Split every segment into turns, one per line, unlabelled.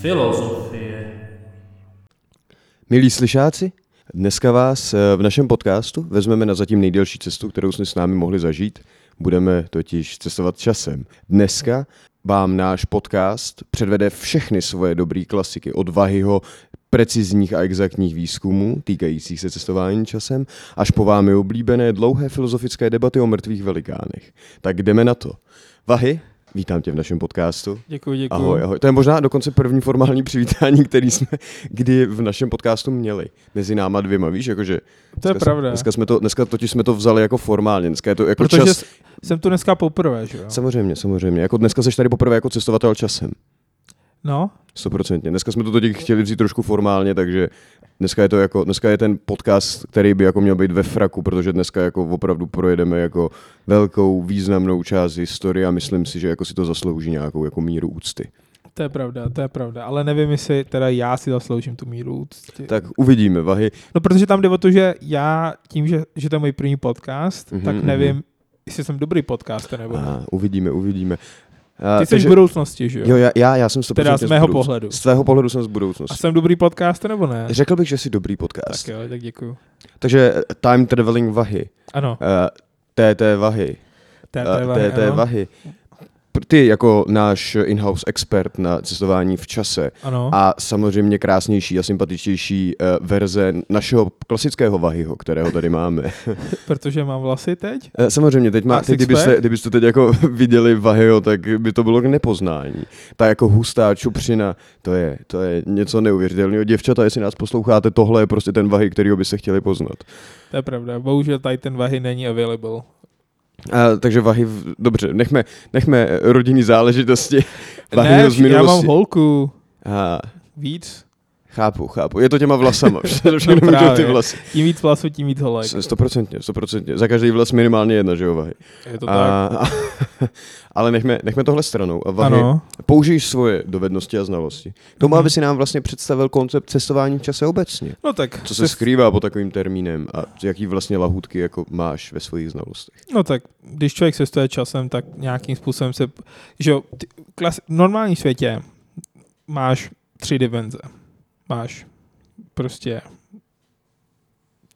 Filozofie.
Milí slyšáci, dneska vás eh, v našem podcastu vezmeme na zatím nejdelší cestu, kterou jsme s námi mohli zažít. Budeme totiž cestovat časem. Dneska vám náš podcast předvede všechny svoje dobré klasiky od Vahyho precizních a exaktních výzkumů týkajících se cestování časem až po vámi oblíbené dlouhé filozofické debaty o mrtvých velikánech. Tak jdeme na to. Vahy, vítám tě v našem podcastu.
Děkuji, děkuji.
Ahoj, ahoj. To je možná dokonce první formální přivítání, který jsme kdy v našem podcastu měli. Mezi náma dvěma, víš, jakože...
To je
dneska
pravda.
Dneska, jsme to, dneska totiž jsme to vzali jako formálně, dneska je to jako
Protože
čas...
s- jsem tu dneska poprvé, že jo?
Samozřejmě, samozřejmě. Jako dneska seš tady poprvé jako cestovatel časem.
No,
Stoprocentně. Dneska jsme to totiž chtěli vzít trošku formálně, takže dneska je to jako, dneska je ten podcast, který by jako měl být ve fraku, protože dneska jako opravdu projedeme jako velkou významnou část historie a myslím si, že jako si to zaslouží nějakou jako míru úcty.
to je pravda, to je pravda. Ale nevím, jestli teda já si zasloužím tu míru úcty.
Tak uvidíme, Vahy.
No, protože tam jde o to, že já tím, že, že to je můj první podcast,
Mhm,
mm-hmm, tak
mhm.
nevím, jestli jsem dobrý podcaster nebo ne.
A, uvidíme, uvidíme. A,
Ty jsi v budoucnosti, že jo?
jo, já, já, já jsem 100%
teda z mého
budouc-
pohledu.
Z tvého pohledu jsem z
A
budoucnosti.
jsem dobrý podcaster nebo ne?
Řekl bych, že jsi dobrý podcast.
Tak jo, tak děkuji.
Takže eh, Time Traveling Vahy.
Ano,
Eh, TT Vahy.
to je
Eh, TT
to je
Vahy. Pr- Ty jako náš in-house expert na cestování v čase
Ano,
a samozřejmě krásnější a sympatičtější eh, verze našeho klasického Vahyho, kterého tady máme.
protože mám vlasy teď.
Eh, Samozřejmě, teď má,
A
teď,
sixpack?
kdybyste, kdybyste teď jako viděli Vahio, tak by to bylo k nepoznání. Ta jako hustá čupřina, to je, to je něco neuvěřitelného. Děvčata, jestli nás posloucháte, tohle je prostě ten Vahy, kterýho byste chtěli poznat.
To je pravda. Bohužel tady ten vahy není available.
A, takže Vahy, v- dobře, nechme, nechme rodinní záležitosti
ne,
Vahyho z
já mám
minulosti.
holku.
A,
Víc.
chápu, chápu. Je to těma vlasama, všechno
No
no ty
právě.
vlasy.
Tím víc vlasů, tím víc holek.
S- Stoprocentně, stoprocentně. Za každý vlas minimálně jedna, že jo, Vahy.
Je to tak.
A, a, ale nechme, nechme tohle stranou. A Vahy,
Ano,
Použiješ svoje dovednosti a znalosti. K Tomu,
Mhm.
aby si nám vlastně představil koncept cestování v čase obecně.
no tak,
Co se skrývá pod takovým termínem a jaký vlastně lahůdky jako máš ve svých znalostech.
no tak, když člověk cestuje časem, tak nějakým způsobem se, že jo, ty- klas, v normálním světě máš tři dimenze. Máš prostě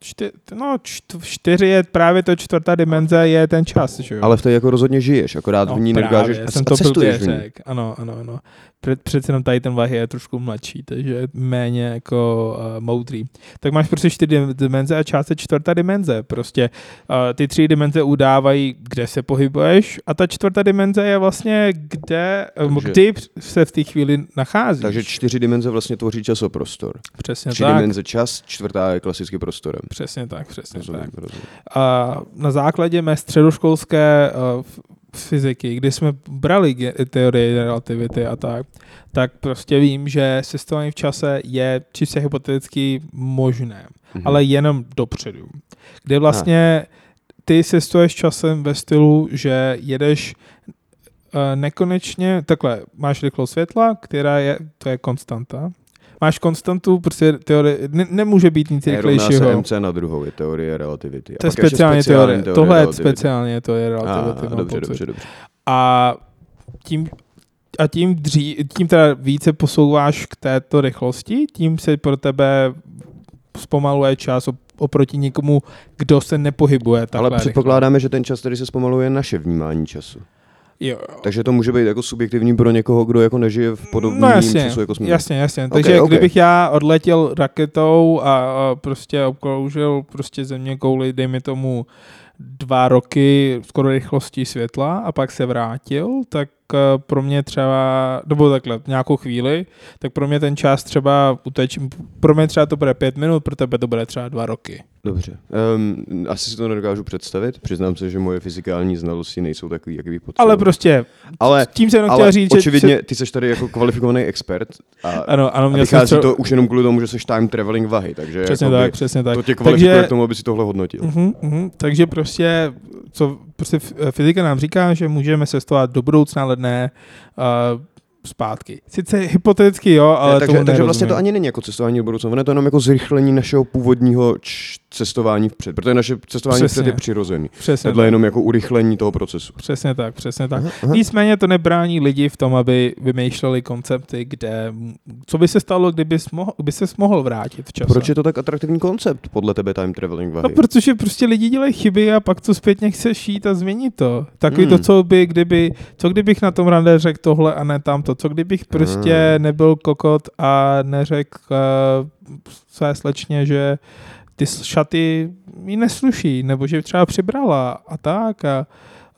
čty, no, čt, čtyři je právě to čtvrtá dimenze, je ten čas, že jo.
Ale v té jako rozhodně žiješ, akorát
no,
v ní
právě,
nedokážeš. a-
jsem
a
to
cestuješ
blbě
v ní.
řek. Ano, ano, ano. Před, přece jenom tady ten vahy je trošku mladší, takže je méně jako uh, moudrý. Tak máš prostě čtyři dim- dimenze a část je čtvrtá dimenze. Prostě uh, ty tři dimenze udávají, kde se pohybuješ a ta čtvrtá dimenze je vlastně, kde,
Takže-
Takže. kdy se v té chvíli nacházíš.
Takže čtyři dimenze vlastně tvoří časoprostor.
přesně
Tři
No tak.
dimenze čas, čtvrtá je klasicky prostorem.
Přesně tak, přesně No tak.
Rozumím, rozumím.
A na základě mé středoškolské eh, f- fyziky, kdy jsme brali ge- teorii relativity a tak, tak prostě vím, že cestování v čase je čistě hypoteticky možné,
Mhm.
ale jenom dopředu. Kde vlastně ty cestuješ časem ve stylu, že jedeš eh, nekonečně, takhle, máš rychlost světla, která je, to je konstanta, Máš konstantu, prostě teorie, ne, nemůže být nic
E rovná
rychlejšího.
se MC na druhou je teorie relativity. A
To je
pak ještě
speciálně teorie. Tohle je
relativity.
speciálně teorie
A,
relativity.
a
mám
dobře,
pocit.
dobře, dobře.
A tím, a tím, dří, tím teda více posouváš k této rychlosti, tím se pro tebe zpomaluje čas op- oproti někomu, kdo se nepohybuje takhle
Ale předpokládáme, že ten čas, který se zpomaluje, je naše vnímání času.
rychle. Jo.
Takže to může být jako subjektivní pro někoho, kdo jako nežije v podobném
No jasně,
času jako jsme. my.
Jasně, jasně.
Ok,
Takže okay,
ok.
kdybych já odletěl raketou a, a prostě obkroužil prostě země kouli, dejme tomu dva roky skoro rychlostí světla a pak se vrátil, tak eh, pro mě třeba, nebo takhle, nějakou chvíli, tak pro mě ten čas třeba uteč, pro mě třeba to bude pět minut, pro tebe to bude třeba dva roky.
Dobře. Um, asi si to nedokážu představit. Přiznám se, že moje fyzikální znalosti nejsou takový, jaký bych potřeboval.
Ale prostě,
ale,
s tím jsem jenom
ale
chtěl říct, že...
očividně ty jsi tady jako kvalifikovaný expert a, a
Ano, ano, měl jsem
vychází
třeba,
to jako už jenom kvůli tomu, že jsi time traveling vahy. Takže
přesně
jakoby
tak, přesně tak.
to tě kvalifikuje
Takže
k tomu, aby si tohle hodnotil.
Mm-hmm, mm-hmm. Takže prostě, co prostě f- fyzika nám říká, že můžeme cestovat do budoucna, ale ne uh, zpátky. Sice hypoteticky jo, ale
takže,
tomu
takže vlastně to
nerozumím.
ani není jako cestování do budoucna, ono je to jenom jako zrychlení našeho původního č- cestování vpřed, protože naše cestování
Přesně.
vpřed je přirozený.
Přesně
Tohle je
tak.
jenom jako urychlení toho procesu.
Přesně tak, přesně tak.
Aha, aha.
Nicméně to nebrání lidi v tom, aby vymýšleli koncepty, kde... Co by se stalo, kdyby mohl, by se mohl vrátit v čase?
Proč je to tak atraktivní koncept podle tebe time traveling
No,
vahy?
protože prostě lidi dělají chyby a pak to zpětně chce šít a změnit to. Takový
Hmm.
to, co by, kdyby, co kdybych na tom rande řekl tohle a ne tamto, co kdybych prostě
Hmm.
nebyl kokot a neřekl uh, své slečně, že ty s- šaty mi nesluší, nebo že třeba přibrala a tak a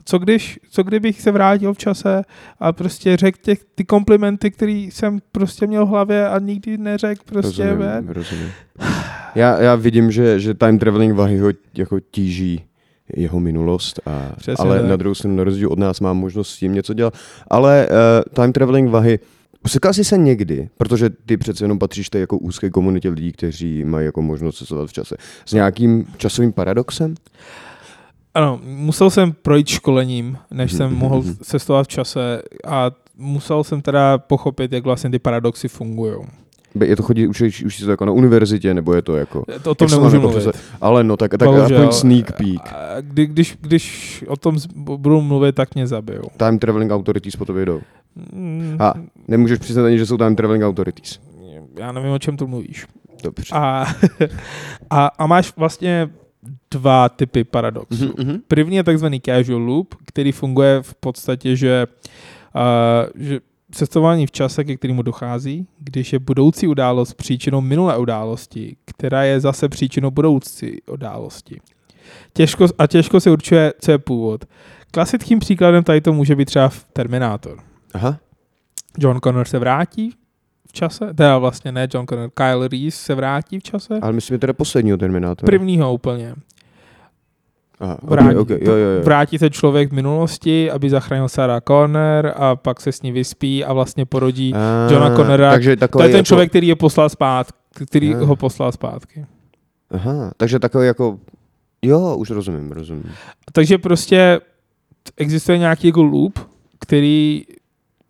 co, když, co kdybych se vrátil v čase a prostě řekl těch, ty komplimenty, který jsem prostě měl v hlavě a nikdy neřekl prostě ven.
rozumím. Já, já vidím, že, že time traveling vahy ho jako tíží jeho minulost, a,
Přesně
ale
tak.
na druhou stranu na rozdíl od nás má možnost s tím něco dělat. Ale uh, time traveling vahy, setkal jsi se někdy, protože ty přece jenom patříš té jako úzké komunitě lidí, kteří mají jako možnost cestovat v čase, s nějakým časovým paradoxem?
Ano, musel jsem projít školením, než jsem
Mhm,
mohl
mhm.
cestovat v čase a musel jsem teda pochopit, jak vlastně ty paradoxy fungují.
Be- Je to chodí, už, už jsi to jako na univerzitě, nebo je to jako...
O tom
Jak se
nemůžu
máme
mluvit.
potřeba- Ale no, tak, tak
Bohužel. eh,
aspoň sneak peek.
A Kdy, když, když o tom z- budu mluvit, tak mě zabijou.
Time traveling authorities po tobě jdou.
Mm,
A. Nemůžeš přiznat ani, že jsou time traveling authorities.
Já nevím, o čem tu mluvíš.
Dobře.
A, a, a máš vlastně dva typy paradoxů.
Mhm, mhm.
První je takzvaný casual loop, který funguje v podstatě, že, uh, že cestování v čase, ke kterému dochází, když je budoucí událost příčinou minulé události, která je zase příčinou budoucí události. Těžko, a těžko se určuje, co je původ. Klasickým příkladem tady to může být třeba v Terminátor.
Aha.
John Connor se vrátí v čase, teda vlastně ne John Connor, Kyle Reese se vrátí v čase.
Ale myslím, že teda posledního Terminátora.
Prvního úplně.
Aha, ok,
vrátí,
ok, jo, jo, jo.
vrátí se člověk v minulosti, aby zachránil Sarah Connor a pak se s ní vyspí a vlastně porodí.
A,
Johna Connora.
Takže
to
takový
je ten
Eh, jako,
člověk, který je poslal zpátky, který
Ah.
ho poslal zpátky.
Aha, takže takový jako... Jo, už rozumím, rozumím.
Takže prostě existuje nějaký jako loop, který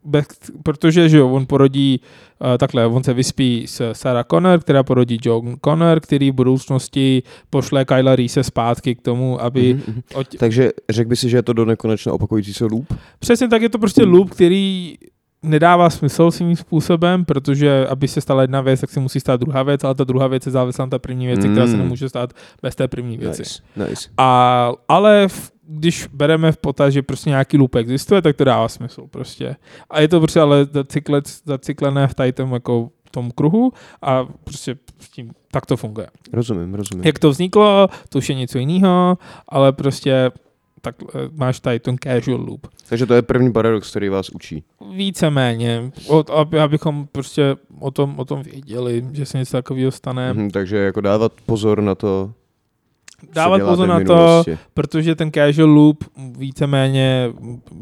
bez, protože že jo, on porodí uh, takhle, on se vyspí s Sarah Connor, která porodí John Connor, který v budoucnosti pošle Kyla Reese zpátky k tomu, aby
Mhm, mhm.
od,
Takže řekl by si, že je to do nekonečna opakující se loop?
Přesně tak je to prostě loop, který nedává smysl svým způsobem, protože aby se stala jedna věc, tak se musí stát druhá věc, ale ta druhá věc je závislá na té první věci, která se
Mm.
nemůže stát bez té první věci.
Nice, nice.
A, ale v, když bereme v potaz, že prostě nějaký loop existuje, tak to dává smysl prostě. A je to prostě ale zacyklec- zacyklené v tady tom jako tom kruhu a prostě s tím tak to funguje.
Rozumím, rozumím.
Jak to vzniklo, to už je něco jiného, ale prostě tak eh, máš tady ten casual loop.
Takže to je první paradox, který vás učí.
Víceméně, o, aby, abychom prostě o tom, o tom věděli, že se něco takového stane. Mm-hmm.
Mhm, takže jako dávat pozor na to, co
Dávat
děláte
pozor
v
na to,
minulosti.
protože ten casual loop víceméně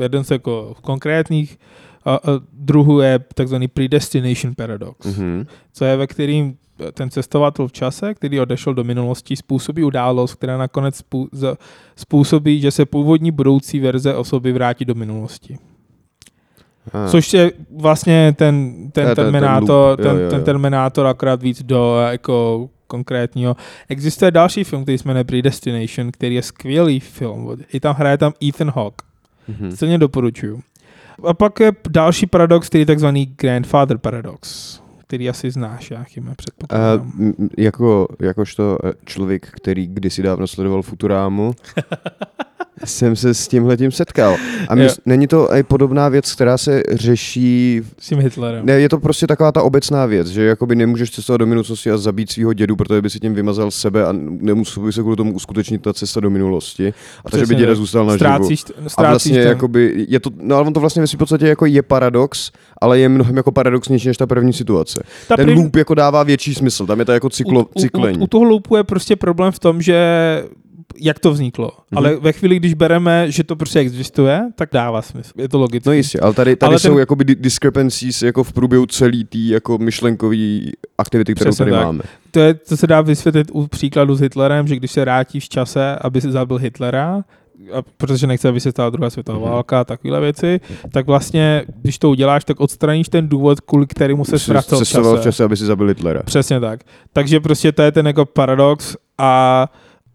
jeden z jako konkrétních a, a druhů je takzvaný predestination paradox, mm-hmm.
Mhm.
co je ve kterým ten cestovatel v čase, který odešel do minulosti, způsobí událost, která nakonec spů- za- způsobí, že se původní budoucí verze osoby vrátí do minulosti.
A.
Což je vlastně ten, ten,
To je ten- ten
Terminátor,
loop, jo,
ten,
jo,
ten,
jo.
Terminátor akorát víc do eh, jako konkrétního. Existuje další film, který se jmenuje Predestination, který je skvělý film. I tam hraje tam Ethan Hawke.
Mhm.
Silně doporučuju. A pak je další paradox, který je takzvaný Grandfather Paradox, který asi znáš, já chyme
A,
předpokládám.
m- m- jako, jakožto eh, člověk, který kdysi dávno sledoval Futurámu, jsem se s tímhletím setkal. A
Jo.
mys, není to i podobná věc, která se řeší... v-
S tím Hitlerem.
Ne, je to prostě taková ta obecná věc, že jakoby nemůžeš cestovat do minulosti a zabít svého dědu, protože by si tím vymazal sebe a nemusel by se kvůli tomu uskutečnit ta cesta do minulosti. A takže by
Přesně
děda
tak.
zůstal na živu.
Ztrácíš,
A
ztrácíš
vlastně
ten-
jakoby, je to, no ale on to vlastně ve svým podstatě jako je paradox, ale je mnohem jako paradoxnější než ta první situace.
ta
Ten
prim-
loop jako dává větší smysl, tam je to jako cyklo,
u,
cyklení.
U, u, u toho loupu je prostě problém v tom, že jak to vzniklo. Mm-hmm.
Mhm.
Ale ve chvíli, když bereme, že to prostě existuje, tak dává smysl. Je to logické.
No jistě, ale tady, tady ale
Ale
jsou
ten-
ten... jakoby di- discrepancies jako v průběhu celý tý jako myšlenkový aktivity, kterou
Přesně
tady
tak.
máme.
To, je, to se dá vysvětlit u příkladu s Hitlerem, že když se vrátí v čase, aby se zabil Hitlera, a protože nechce, aby se stala druhá světová
Mhm.
válka a takovéhle věci, tak vlastně, když to uděláš, tak odstraníš ten důvod, kvůli kterému se
Jsi
ztratil
cestoval
čase.
v čase, aby si zabil Hitlera.
Přesně tak. Takže prostě to je ten jako paradox A,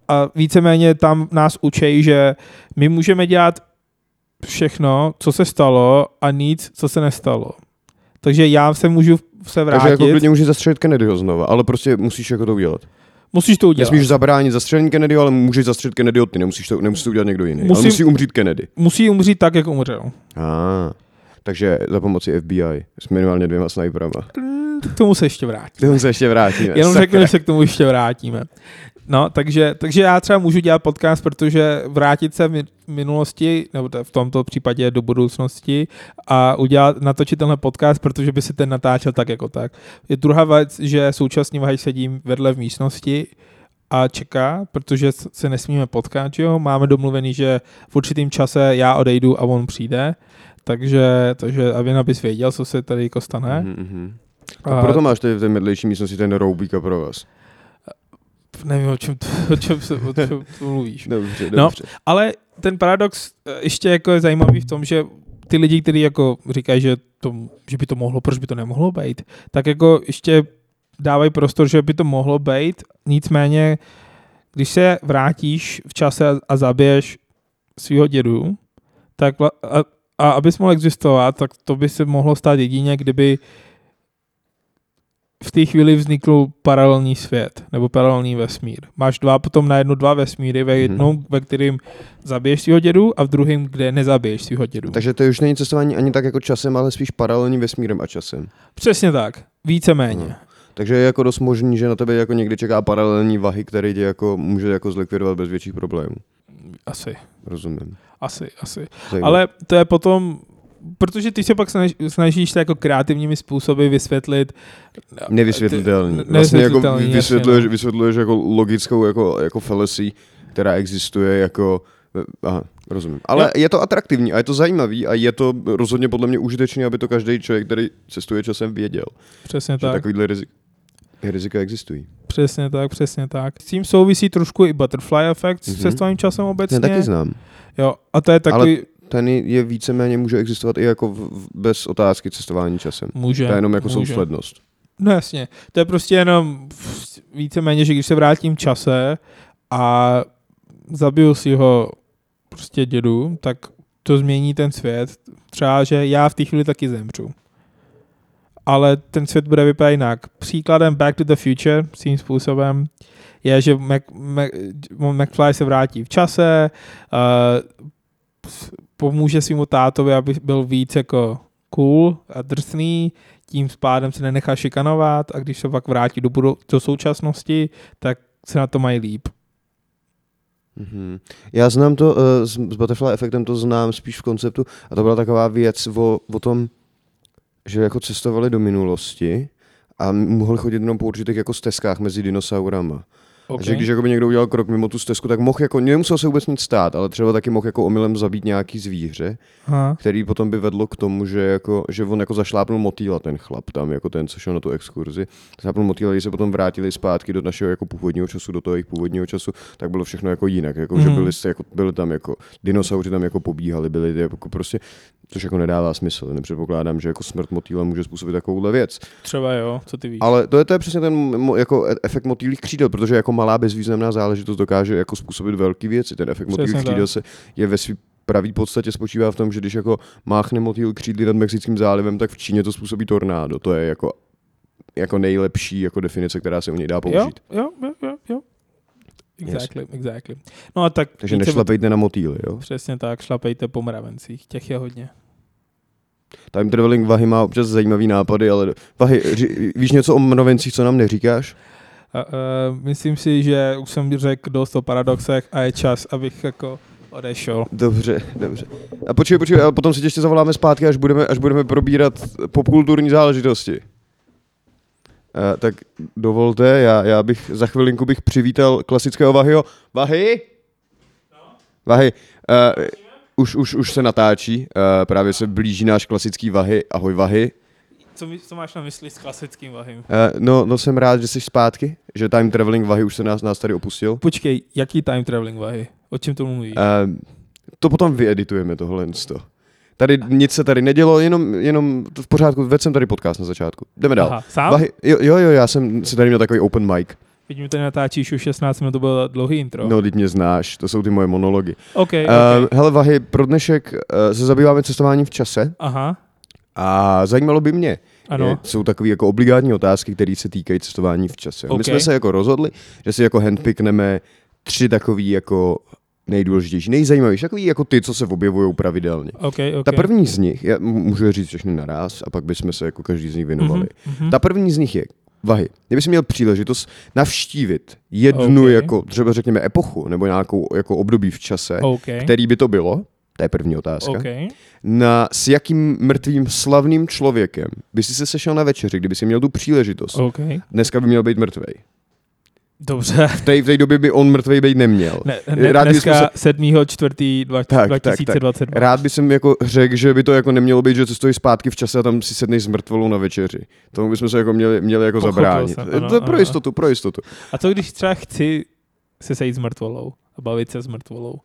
a víceméně tam nás učejí, že my můžeme dělat všechno, co se stalo a nic, co se nestalo. Takže já se můžu se vrátit.
Takže jako klidně může zastřelit Kennedyho znova, ale prostě musíš jako to udělat.
Musíš to udělat.
Nesmíš zabránit zastřelení Kennedyho, ale můžeš zastřelit Kennedyho ty, nemusíš to, nemusíš to udělat někdo jiný. Musím... Ale
Musím-
musí umřít Kennedy.
Musí umřít tak, jak umřel.
Ah, takže za pomoci FBI s minimálně dvěma snajperama.
Mm, K tomu se ještě vrátím.
K tomu se ještě vrátíme.
Jenom
Sakra.
řeknu, že se k tomu ještě vrátíme. No, takže, takže já třeba můžu dělat podcast, protože vrátit se v mi- minulosti, nebo t- v tomto případě do budoucnosti a udělat, natočit tenhle podcast, protože by se ten natáčel tak jako tak. Je druhá věc, že současně váhy sedím vedle v místnosti a čeká, protože s- se nesmíme potkat, že jo? Máme domluvený, že v určitým čase já odejdu a on přijde, takže, takže aby abys věděl, co se tady jako stane.
Mhm, mhm.
A-
A proto máš tady v té vedlejší místnosti ten roubík a pro vás.
Nevím, o čem, o čem, se- o čem tu mluvíš.
Dobře,
No.
dobře.
Ale ten paradox eh, ještě jako je zajímavý v tom, že ty lidi, kteří jako říkají, že, to, že by to mohlo, proč by to nemohlo být, tak jako ještě dávají prostor, že by to mohlo být, nicméně když se vrátíš v čase a- a zabiješ svého dědu, tak vla- a, a abys mohl existovat, tak to by se mohlo stát jedině, kdyby v té chvíli vznikl paralelní svět nebo paralelní vesmír. Máš dva, potom najednou dva vesmíry, ve
Mhm.
jednom, ve kterým zabiješ svého dědu a v druhém, kde nezabiješ svého dědu.
Takže to už není cestování ani tak jako časem, ale spíš paralelním vesmírem a časem.
Přesně tak, víceméně.
Mhm. Takže je jako dost možný, že na tebe jako někdy čeká paralelní vahy, který tě jako může jako zlikvidovat bez větších problémů.
Asi,
Rozumím.
asi, asi.
Zajímavé.
Ale to je potom, protože ty se pak snaž, snažíš se jako kreativními způsoby vysvětlit.
Nevysvětlitelný.
Ty-
Vlastně jako
eh, nevysvětlitelný, jasně,
vysvětluješ,
no.
vysvětluješ jako logickou jako, jako fallacy, která existuje jako... Aha, rozumím. Ale je to atraktivní a je to zajímavý a je to rozhodně podle mě užitečný, aby to každý člověk, který cestuje časem, věděl,
Přesně
že
tak.
takovýhle rizik, rizika existují.
Přesně tak, přesně tak. S tím souvisí trošku i butterfly effect mm-hmm.
Mhm.
se svým časem obecně.
Ten taky znám.
jo, a to je takový... Ale...
Ten je víceméně může existovat i jako v, v, bez otázky cestování časem.
Může.
To je jenom jako
může.
souslednost.
No jasně, to je prostě jenom v- víceméně, že když se vrátím v čase a zabiju si ho prostě dědu, tak to změní ten svět. Třeba, že já v té chvíli taky zemřu. Ale ten svět bude vypadat jinak. Příkladem Back to the Future svým způsobem je, že Mac, Mac, McFly se vrátí v čase, uh, pomůže svýmu tátovi, aby byl víc jako cool a drsný, tím pádem se nenechá šikanovat a když se pak vrátí do, budou- do současnosti, tak se na to mají líp.
Mhm. Já znám to, eh, s, s butterfly efektem to znám spíš v konceptu a to byla taková věc o, o tom, že jako cestovali do minulosti a mohli chodit jenom po určitých jako stezkách mezi dinosaurama. Okay. A že když jakoby někdo udělal krok mimo tu stezku, tak mohl jako, nemusel se vůbec nic stát, ale třeba taky mohl jako omylem zabít nějaký zvíře,
Aha.
který potom by vedlo k tomu, že, jako, že on jako zašlápnul motýla ten chlap tam, jako ten, co šel na tu exkurzi. Zašlápnul motýla, když se potom vrátili zpátky do našeho jako původního času, do toho jejich původního času, tak bylo všechno jako jinak. Jako, že
Mhm.
byli, se, jako, byli tam jako dinosauři tam jako pobíhali, byli jako prostě, což jako nedává smysl. Nepředpokládám, že jako smrt motýla může způsobit takovouhle věc.
Třeba jo, co ty víš.
Ale to je, to je přesně ten mo- jako e- efekt motýlých křídel, protože jako malá bezvýznamná záležitost dokáže jako způsobit velké věci. Ten efekt
Přesně
motýlých
tak.
křídel se je ve svý pravý podstatě spočívá v tom, že když jako máchne motýl křídly nad Mexickým zálivem, tak v Číně to způsobí tornádo. To je jako jako nejlepší jako definice, která se u něj dá použít.
jo, jo, jo, jo, jo. Exactly, exactly. No a tak
Takže
více-
nešlapejte na motýly, jo?
Přesně tak, šlapejte po mravencích, těch je hodně.
Time traveling Vahy má občas zajímavý nápady, ale Vahy, ři, víš něco o mravencích, co nám neříkáš?
A, uh, myslím si, že už jsem řekl dost o paradoxech a je čas, abych jako odešel.
Dobře, dobře. A počkej, počkej, ale potom si tě ještě zavoláme zpátky, až budeme, až budeme probírat popkulturní záležitosti. A, tak dovolte, já, já bych za chvilinku bych přivítal klasického Vahyho. Vahy? Vahy, uh, už, už, už se natáčí, uh, právě se blíží náš klasický Vahy. Ahoj Vahy.
Co, mi- co máš na mysli s klasickým vahým?
Uh, no, no jsem rád, že jsi zpátky, že time traveling Vahy už se nás, nás tady opustil.
Počkej, jaký time traveling vahy? O čem to mluvíš?
Ehm, to potom vyeditujeme tohle to. Tady nic se tady nedělo, jenom, jenom to v pořádku, vedl jsem tady podcast na začátku. Jdeme dál.
Aha, sám?
Vahy, jo, jo, jo, já jsem si tady měl takový open mic.
Vidím, že tady natáčíš už 16 minut, to bylo dlouhý intro.
No, eh, teď mě znáš, to jsou ty moje monology.
OK, okay.
Okay. hele, Vahy, pro dnešek eh, se zabýváme cestováním v čase
Aha,
a zajímalo by mě,
ano.
Je, jsou takové jako obligátní otázky, které se týkají cestování v čase. Okay.
OK.
My jsme se jako rozhodli, že si jako handpickneme tři takové jako nejdůležitější, nejzajímavější, takový jako ty, co se objevují pravidelně.
OK, OK.
Ta první z nich, já m- můžu je říct všechny naraz a pak bychom se jako každý z nich věnovali.
mhm.
Ta první z nich je Vahy. Kdyby si měl příležitost navštívit jednu
OK.
jako třeba řekněme epochu nebo nějakou jako období v čase,
OK,
který by to bylo, to je první otázka,
OK.
na, s jakým mrtvým slavným člověkem by si se sešel na večeři, kdyby si měl tu příležitost.
OK,
Dneska by měl být mrtvej.
dobře.
V té, v té době by on mrtvej být neměl.
Ne, ne,
Rádi bychom
dneska 7. 4.
tak, tak.
2022.
Rád bych jsem jako řekl, že by to jako nemělo být, že cestuješ zpátky v čase a tam si sedneš s mrtvolou na večeři. Tomu bychom se jako měli, měli jako
Pochopil
zabránit.
jsem,
Ano,
ano,
to je pro
ano.
jistotu, pro jistotu.
A co když třeba chci se sejít s mrtvolou a bavit se s mrtvolou?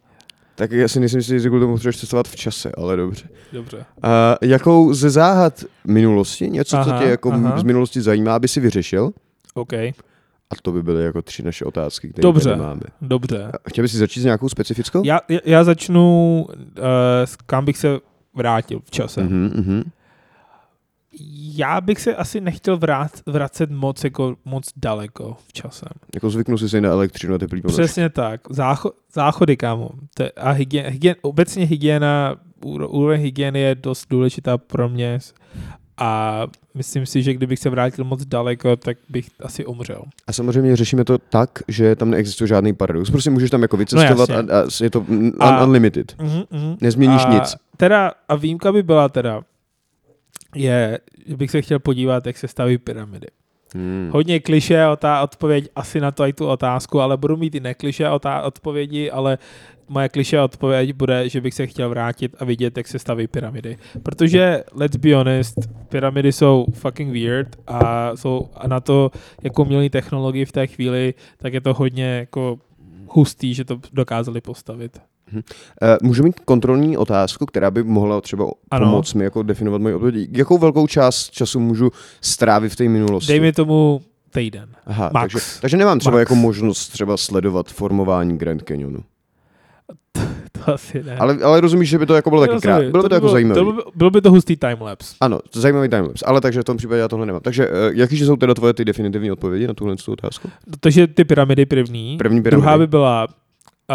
Tak já si nejsem si jistý, že kvůli tomu potřebuješ cestovat v čase, ale dobře.
Dobře.
A jakou ze záhad minulosti, něco,
Aha,
co tě jako
aha.
z minulosti zajímá, aby si vyřešil?
OK,
A to by byly jako tři naše otázky, které
Dobře.
tady máme.
dobře.
A Chtěl bys si začít s nějakou specifickou?
Já, já- já začnu, uh, kam bych se vrátil v čase. Mm-hmm.
Mhm, mhm.
Já bych se asi nechtěl vrát, vracet moc, jako, moc daleko v čase.
Jako zvyknu si si na elektřinu a teplý ponožky.
Přesně tak. Zácho, záchody, kámo. To je- A hygien, hygien, obecně hygiena, úro- úroveň hygieny je dost důležitá pro mě. A myslím si, že kdybych se vrátil moc daleko, tak bych asi umřel.
A samozřejmě řešíme to tak, že tam neexistuje žádný paradox. Prostě můžeš tam jako vycestovat
No jasně.
a, a je to un,
A-
unlimited.
Mm-hmm, mm-hmm.
Nezměníš
a,
nic.
Teda, a výjimka by byla teda, je, že bych se chtěl podívat, jak se staví pyramidy.
Hmm.
Hodně kliše o ta odpověď asi na to i tu otázku, ale budu mít i nekliše o ta odpovědi, ale moje kliše odpověď bude, že bych se chtěl vrátit a vidět, jak se staví pyramidy. Protože, let's be honest, pyramidy jsou fucking weird a, jsou, a na to, jakou měli technologii v té chvíli, tak je to hodně jako hustý, že to dokázali postavit.
Eh, Můžu mít kontrolní otázku, která by mohla třeba ano.
Ano.
pomoct mi jako definovat moje odpovědi. Jakou velkou část času můžu strávit v té minulosti?
Dej mi tomu týden.
Aha,
max.
Takže, takže nemám třeba
Max.
jako možnost třeba sledovat formování Grand Canyonu.
To asi ne.
Ale, ale rozumíš, že by to jako bylo taky
Rozumím.
krát. Bylo by to jako zajímavé.
To by, bylo by to hustý timelapse.
Ano, to je zajímavý timelapse, ale takže v tom případě já tohle nemám. Takže eh, jaký jsou teda tvoje ty definitivní odpovědi na tuhle tu otázku?
Protože ty pyramidy první.
První pyramidy.
Druhá by byla uh,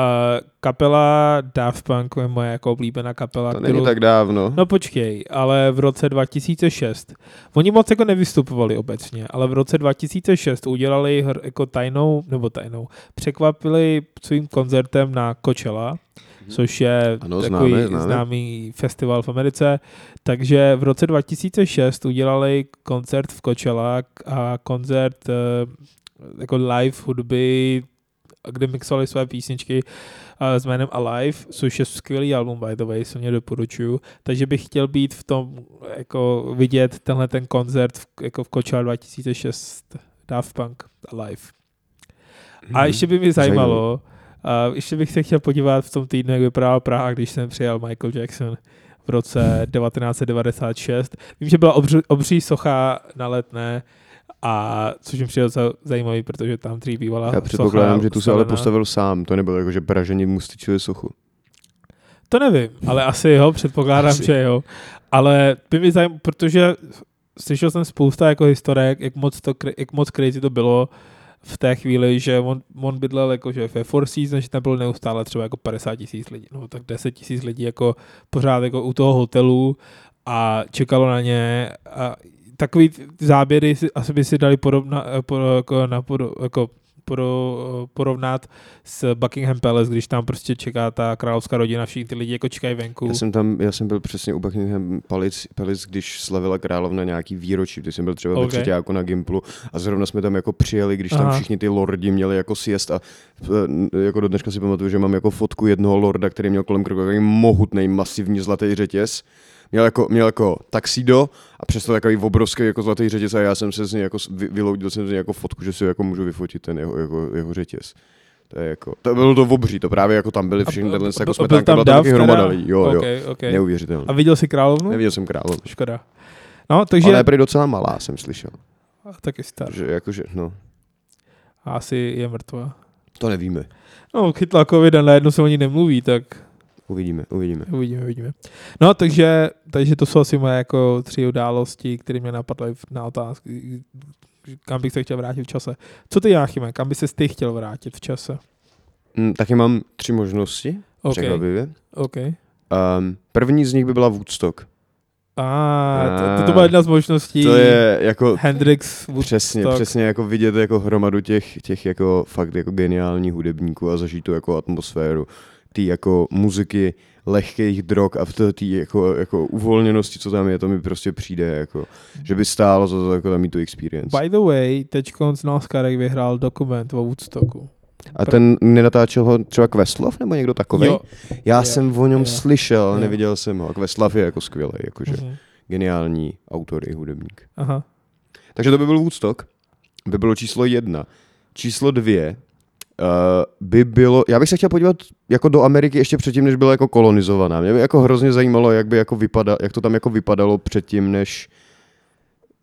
kapela Daft Punk, je moje jako oblíbená kapela.
To není tak dávno.
No počkej, ale v roce 2006, oni moc jako nevystupovali obecně, ale v roce 2006 udělali hr, jako tajnou, nebo tajnou, překvapili svým koncertem na Coachella, což je
Mhm. Ano,
takový
známe, známe.
známý festival v Americe, takže v roce 2006 udělali koncert v Coachella a koncert eh, jako live hudby, kde mixovali své písničky eh, s jménem Alive, což je skvělý album, by the way, silně doporučuju. Takže bych chtěl být v tom, jako vidět tenhle ten koncert v, jako v Coachella 2006 Daft Punk Alive.
Hmm,
A ještě by mi zajímalo, a ještě bych se chtěl podívat v tom týdnu, jak vypadala Praha, když jsem přijel Michael Jackson v roce 1996. Vím, že byla obří, obří socha na letné, a což mi přijde za, zajímavý, protože tam dřív bývala
Já
socha
předpokládám, že tu se ale
ustavená.
postavil sám. To nebylo jako, že Praženi mu styčili sochu.
To nevím, ale asi jo, předpokládám,
Asi.
asi. že jo. Ale by mi zajímalo, protože slyšel jsem spousta jako historek, jak moc, to, cra- jak moc crazy to bylo v té chvíli, že on, on bydlel jako, že ve Four Seasons, že tam bylo neustále třeba jako 50 tisíc lidí, no tak 10 tisíc lidí jako pořád jako u toho hotelu a čekalo na ně a takový t- záběry si, asi by si dali podobna, eh, po, jako, na, podo- jako podo- porovnat s Buckingham Palace, když tam prostě čeká ta královská rodina, všichni ty lidi jako čekají venku.
Já jsem tam, já jsem byl přesně u Buckingham Palace, Palace když slavila královna nějaký výročí, když jsem byl třeba okay. ve
Ok.
třetí jako na Gimplu a zrovna jsme tam jako přijeli, když tam
Aha.
všichni ty lordi měli jako siest a eh, jako do dneška si pamatuju, že mám jako fotku jednoho lorda, který měl kolem krku takový mohutný masivní zlatý řetěz. Měl jako, měl jako taxido a přesto takový obrovský jako zlatý řetěz a já jsem se z něj jako s- vy, vyloudil jsem z něj jako fotku, že si jako můžu vyfotit ten jeho, jako, jeho řetěz. To, je jako, to bylo to obří, to právě jako tam byly všechny tenhle jako
byl
smetánky, byla tam
Dav
taky hromada
teda?
lidí. Jo, jo.
okay, okay.
Neuvěřitelné.
A viděl jsi královnu?
Neviděl jsem královnu.
Škoda. No, takže...
Že... Ona je prý docela malá, jsem slyšel.
Taky star.
Že jakože, no.
a asi je mrtvá.
To nevíme.
No, chytla covid a najednou se o ní nemluví, tak
Uvidíme, uvidíme.
uvidíme, uvidíme. No, takže, takže to jsou asi moje jako tři události, které mě napadly v- na otázky, kam bych se chtěl vrátit v čase. Co ty, Jáchyme, kam by se ty chtěl vrátit v čase?
Mm, taky mám tři možnosti,
OK,
překvapivě.
OK.
Um, první z nich by byla Woodstock.
A to, to, to byla jedna z možností.
To je jako
Hendrix, Wood-
přesně,
Woodstock.
přesně jako vidět jako hromadu těch, těch jako fakt jako geniálních hudebníků a zažít tu jako atmosféru ty jako muziky lehkých drog a v té tý jako, jako uvolněnosti, co tam je, to mi prostě přijde jako, že by stálo za to jako tam mít tu experience.
By the way, teďkon z Noskarek vyhrál dokument o Woodstocku.
A ten nenatáčel ho třeba Questlov nebo někdo takový?
Jo.
Já
Jo,
jsem o něm
jo.
slyšel, ale
Jo.
neviděl jsem ho. A Questlov je jako skvělý, jakože
Mhm.
geniální autor i hudebník.
Aha.
Takže to by byl Woodstock, by bylo číslo jedna. Číslo dvě uh, by bylo, já bych se chtěl podívat jako do Ameriky ještě předtím, než byla jako kolonizovaná. Mě by jako hrozně zajímalo, jak, by jako vypada, jak to tam jako vypadalo předtím, než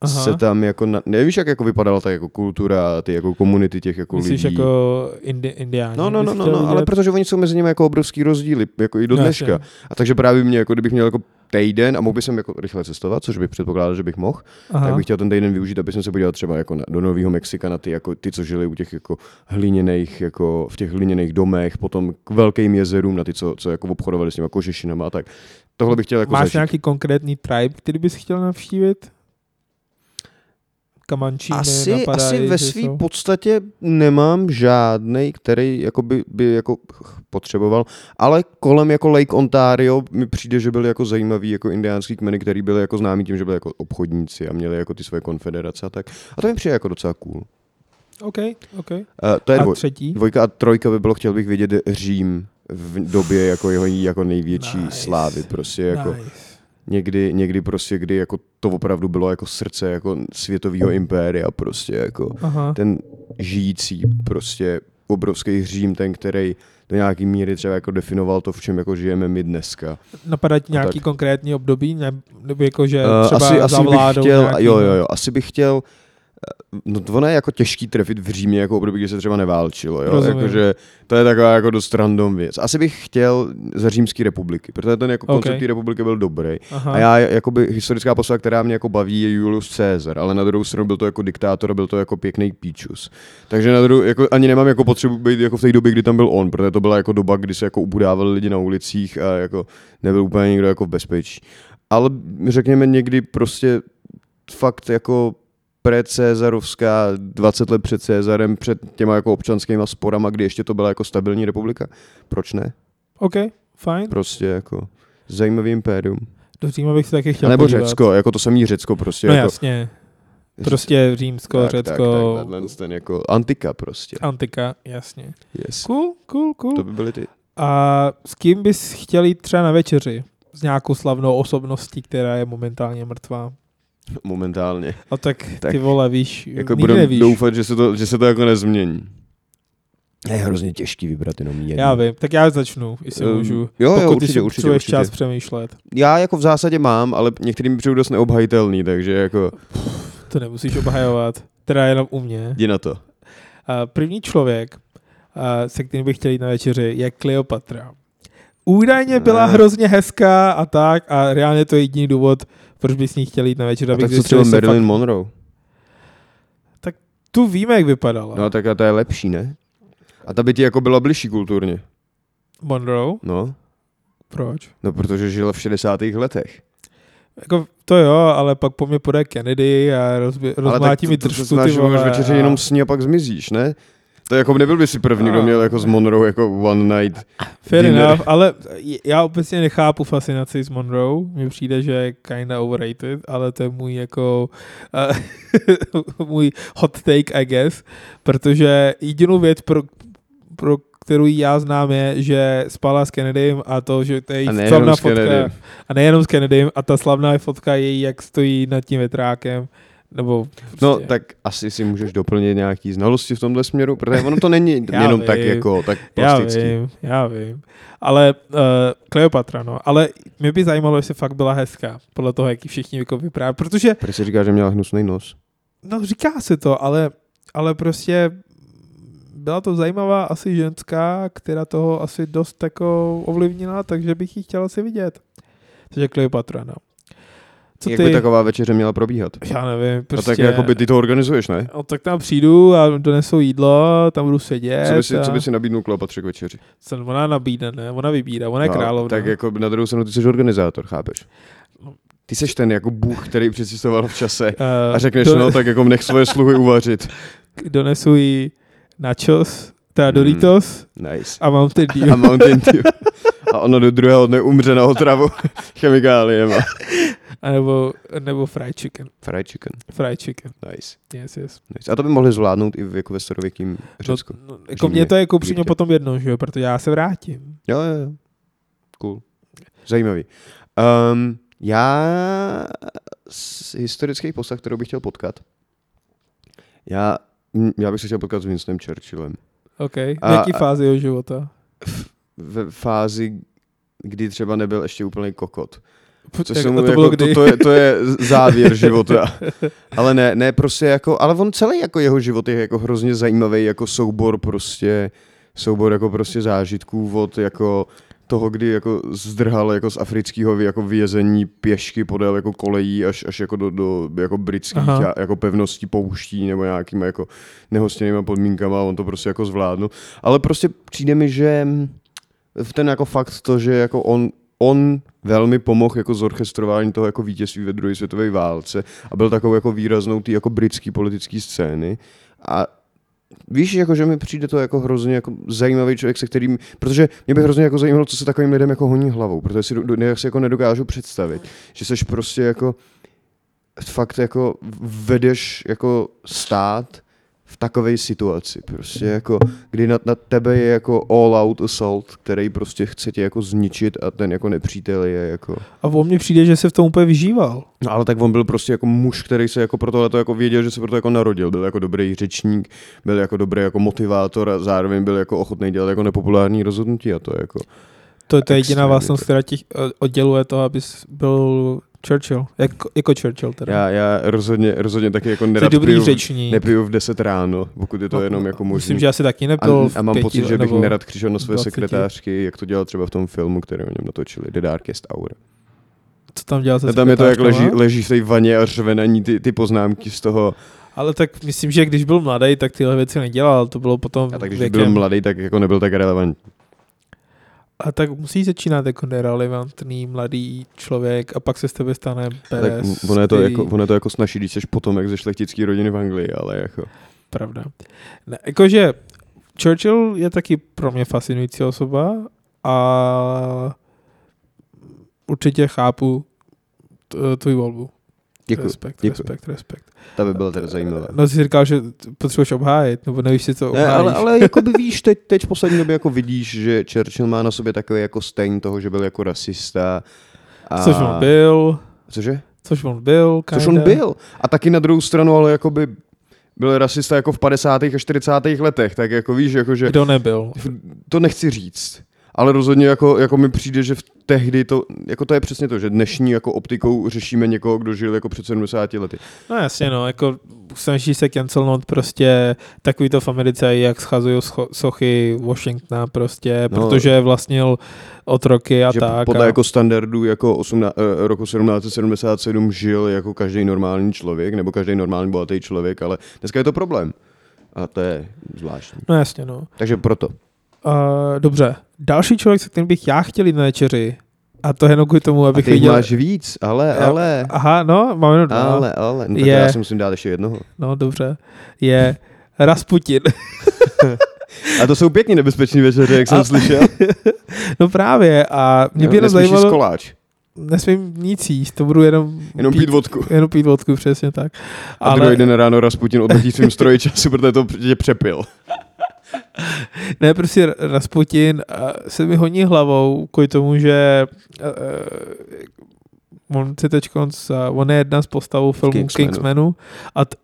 Aha.
Aha. se tam jako, na, nevíš, jak jako vypadala ta jako kultura, a ty jako komunity těch jako
Myslíš
lidí.
jako indi, indiáni?
No, no, no,
bys
no,
chtěl
no, ale
vidět?
protože oni jsou mezi nimi jako obrovský rozdíly, jako i do
No,
dneška.
jasně.
A takže právě mě, jako kdybych měl jako týden a mohl bych sem jako rychle cestovat, což bych předpokládal, že bych mohl,
Aha.
tak bych chtěl ten týden využít, aby jsem se podíval třeba jako na, do Nového Mexika na ty, jako, ty, co žili u těch jako hliněných, jako v těch hliněných domech, potom k velkým jezerům, na ty, co, co jako obchodovali s těma kožešinama a tak. Tohle bych chtěl jako
Máš
zažít.
nějaký konkrétní tribe, který bys chtěl navštívit? Kamančí mi
asi,
napadá,
asi ve
že
své
jsou-
podstatě nemám žádný, který jako by, by jako ch- potřeboval, ale kolem jako Lake Ontario mi přijde, že byly jako zajímavý jako indiánský kmeny, který byly jako známí tím, že byli jako obchodníci a měli jako ty svoje konfederace a tak. A to mi přijde jako docela cool.
OK, OK.
Uh, to je
A
dvoj,
třetí?
dvojka a trojka by bylo, chtěl bych vidět Řím v době jako jeho jako největší
Nice.
nice. slávy, prostě jako
Nice.
někdy, někdy prostě, kdy jako to opravdu bylo jako srdce jako světového impéria prostě jako
Aha.
ten žijící prostě obrovský Řím, ten, který do nějaký míry třeba jako definoval to, v čem jako žijeme my dneska.
Napadá ti
No
nějaký
tak.
konkrétní období? Ne, nebo jako, že
Eh,
třeba
asi, asi bych
zavládou
chtěl,
nějaký...
jo, jo, jo, asi bych chtěl, eh, no to ono je jako těžký trefit v Římě jako období, kdy se třeba neválčilo, jo,
Rozumím.
jakože to je taková jako dost random věc. Asi bych chtěl za Římské republiky, protože ten jako
Ok.
koncept té republiky byl dobrý.
Aha.
A já, jakoby historická postava, která mě jako baví, je Julius Caesar, ale na druhou stranu byl to jako diktátor, a byl to jako pěkný píčus. Takže na druhou, jako, ani nemám jako potřebu být jako v té době, kdy tam byl on, protože to byla jako doba, kdy se jako ubudávali lidi na ulicích a jako nebyl úplně nikdo jako v bezpečí. Ale řekněme někdy prostě fakt jako pre-Cezarovská, 20 let před Cezarem, před těma jako občanskýma sporama, kdy ještě to byla jako stabilní republika. Proč ne?
OK, fajn.
Prostě jako zajímavý impérium.
Do Říma bych se taky
A
chtěl
nebo
podívat.
Řecko, jako to samý Řecko prostě.
No
jako,
jasně. Prostě Římsko,
tak,
Řecko,
Tak, tak, tak, ten jako antika prostě.
Antika, jasně.
Yes.
Cool, cool, cool.
To by byly ty.
A s kým bys chtěl jít třeba na večeři? S nějakou slavnou osobností, která je momentálně mrtvá.
Momentálně.
A tak, tak
Tak,
ty vole, víš,
Jako
jako nikdy
budeme
nevíš.
doufat, že se, to, že se to jako nezmění. Je hrozně těžký vybrat jenom jedno.
Já vím, tak já začnu, jestli
Ehm,
můžu.
jo, jo,
Pokud ty
určitě,
si
určitě,
potřebuješ
určitě.
čas přemýšlet,
Já jako v zásadě mám, ale některý mi přijdu dost neobhajitelný, takže jako
to nemusíš obhajovat. Teda jenom u mě.
jdi na to.
A první člověk, a se kterým bych chtěl jít na večeři, je Kleopatra. Údajně byla
Ne.
hrozně hezká a tak a reálně to je jediný důvod, proč bych s ní chtěl jít na večeři.
A
abych
tak co
zjistil,
třeba
jestli
Marilyn
fakt-
Monroe?
Tu víme, jak vypadala.
No tak a ta je lepší, ne? A ta by ti jako byla bližší kulturně.
Monroe,
No,
proč?
no protože žila v 60. letech.
Jako to jo, ale pak po mně podá Kennedy a rozbě, rozmlátí mi
to- to- to
držku
znáš,
ty
že máš
vole.
večeře
a-
jenom sní a pak zmizíš, ne? To jako nebyl by si první, kdo
A.
měl jako z Monroe jako one night.
Fair
dinner.
enough, ale já obecně nechápu fascinaci s Monroe, mně přijde, že je kinda overrated, ale to je můj jako uh, můj hot take, I guess, protože jedinou věc, pro, pro kterou ji já znám je, že spala s Kennedym a to, že to je její
A nejenom
slavná
s
fotka.
Kennedym.
A nejenom s Kennedym a ta slavná fotka její, jak stojí nad tím větrákem, nebo
No,
prostě-
tak asi si můžeš doplnit nějaký znalosti v tomhle směru, protože ono to není
Já
jenom tak
vím.
jako, tak
Já
plastický.
vím, já vím. Ale uh, Kleopatra, no. Ale mě by zajímalo, jestli fakt byla hezká, podle toho, jak ji všichni jako vyprávějí. Protože,
Proč se říká, že měla hnusný nos?
no říká se to, ale, ale prostě byla to zajímavá asi ženská, která toho asi dost jako ovlivnila, takže bych ji chtěl asi vidět. Takže Kleopatra, no.
Co Jak ty? by taková večeře měla probíhat?
Já nevím, prostě...
A tak jako by ty to organizuješ, ne?
No, tak tam přijdu a donesou jídlo, tam budu sedět.
Co by si,
a...
co by si nabídnul Kleopatře k večeři?
Co ona nabídne, ne? Ona vybírá, ona je
No,
královna. No.
Tak jako na druhou stranu ty jsi organizátor, chápeš? Ty seš ten jako bůh, který přecestoval v čase
Eh,
a řekneš,
do-
no tak jako nech svoje sluhy uvařit.
Donesu jí nachos, teda
Hmm.
Doritos
Nice.
a mám ten
A
deal.
Mountain Dew. A ono do druhého dne umře na otravu no. chemikáliema.
A nebo, nebo fried chicken.
Fried chicken.
Fried chicken,
Nice.
yes, yes.
nice. A to by mohli zvládnout i jako ve starověkým Řecku.
No, no, jako mě
Římě,
to je jako přímo
Egyptě.
potom jedno, že jo, protože já se vrátím.
Jo, jo, jo. Cool. Zajímavý. Um, já z historických postav, kterou bych chtěl potkat, já, m, já bych se chtěl potkat s Winstonem Churchillem.
OK. V
A-
jaký
a-
fázi jeho života?
V fázi, kdy třeba nebyl ještě úplný kokot.
Po-
Což
jak-
jsem,
a
jako, To, to, je, to je závěr života. Ale ne, ne, prostě jako, ale on celý jako jeho život je jako hrozně zajímavý, jako soubor prostě, soubor jako prostě zážitků od jako toho, kdy jako zdrhal jako z afrického vy- jako vězení pěšky podél jako kolejí až, až jako do, do jako britských
Aha.
a- jako pevností pouští nebo nějakýma jako nehostěnýma podmínkama, on to prostě jako zvládnul. Ale prostě přijde mi, že mm, v ten jako fakt to, že jako on, on velmi pomohl jako zorchestrování toho jako vítězství ve druhé světové válce a byl takovou jako výraznou té jako britské politické scény a Víš, jako, že mi přijde to jako hrozně jako zajímavý člověk, se kterým, protože mě by hrozně jako zajímalo, co se takovým lidem jako honí hlavou, protože si, do- do- já si jako nedokážu představit, že seš prostě jako fakt jako vedeš jako stát v takové situaci, prostě jako, kdy na, na tebe je jako all out assault, který prostě chce tě jako zničit a ten jako nepřítel je jako...
A o mně přijde, že se v tom úplně vyžíval.
No ale tak on byl prostě jako muž, který se jako pro tohle to jako věděl, že se pro to jako narodil. Byl jako dobrý řečník, byl jako dobrý jako motivátor a zároveň byl jako ochotný dělat jako nepopulární rozhodnutí a to jako.
To, je- to je jediná
Extrémně
vlastnost,
to-
která ti eh, odděluje toho, abys byl Churchill. Jako, jako Churchill teda.
Já, já rozhodně, rozhodně taky jako
Jsi
nerad
dobrý
piju,
řečník. No,
nepiju v 10 ráno, pokud je to jenom jako možný.
Myslím, že asi taky
a,
nepil v
a mám
pěti,
pocit, že bych
nebo-
nerad křižel na své
20.
sekretářky, jak to dělal třeba v tom filmu, který o něm natočili, The Darkest Hour.
Co tam dělal se
A tam je to, jak
sekretářkama?
leží, leží v té vaně a řve na ní ty, ty poznámky z toho.
Ale tak myslím, že když byl mladý, tak tyhle věci nedělal. To bylo potom
A tak když
věkem.
byl mladý, tak jako nebyl tak relevantní.
A tak musí začínat jako nerelevantní mladý člověk a pak se z tebe stane
Tak
Perez,
ono je, to
který-
jako, ono je to jako snaží, když jsi potom jak ze šlechtický rodiny v Anglii, ale jako...
Pravda. Ne, jakože Churchill je taky pro mě fascinující osoba a určitě chápu t- tvůj volbu.
Děkuji,
Respekt,
děkuji.
respekt, respekt.
ta by byla teda zajímavá.
No ty jsi říkal, že t- potřebuješ obhájit, nebo nevíš si to
Ne,
obhájíš.
ale, ale jako by víš, teď, teď v poslední době jako vidíš, že Churchill má na sobě takový jako steň toho, že byl jako rasista. A...
Což on byl,
Cože?
což on byl,
Což
kinda.
on byl. A taky na druhou stranu, ale jako by byl rasista jako v 50. a 40. letech, tak jako víš, jako že...
Kdo nebyl?
to nechci říct, ale rozhodně jako, jako mi přijde, že v tehdy to, jako to je přesně to, že dnešní jako optikou řešíme někoho, kdo žil jako před 70 lety.
No jasně, no, jako snaží se cancelnout prostě takový to v Americe, jak schazují scho- sochy Washingtona prostě,
No.
no, protože vlastnil otroky a
že
tak.
podle
a...
jako standardů jako 18, eh, roku 1777 žil jako každý normální člověk, nebo každý normální bohatý člověk, ale dneska je to problém. A to je zvláštní.
No jasně, no.
Takže proto.
Uh, dobře, další člověk, se kterým bych já chtěl jít na večeři, a to jenom kvůli tomu,
A
abych
ty jich
viděl...
máš víc, ale,
Já-
ale,
Aha, no, máme jenom dva.
ale, ale. No, tak
Je.
já si musím dát ještě jednoho.
No, dobře. Je Rasputin.
A to jsou pěkně nebezpeční večeře, jak jsem
A-
slyšel.
no právě, a mě by jenom
Nesmíš jíst
zajímalo...
koláč,
Nesmím nic jíst, to budu jenom...
jenom pít vodku.
Jenom pít vodku, přesně tak.
A druhý den ráno Rasputin odletí svým stroji času, protože to tě přepil.
Ne, prostě R- Rasputin eh, se mi honí hlavou kvůli tomu, že uh, on, se teďkonc, eh, on je jedna z postavů filmu
Kingsmanu.
Kingsmanu, Kingsmanu a, t,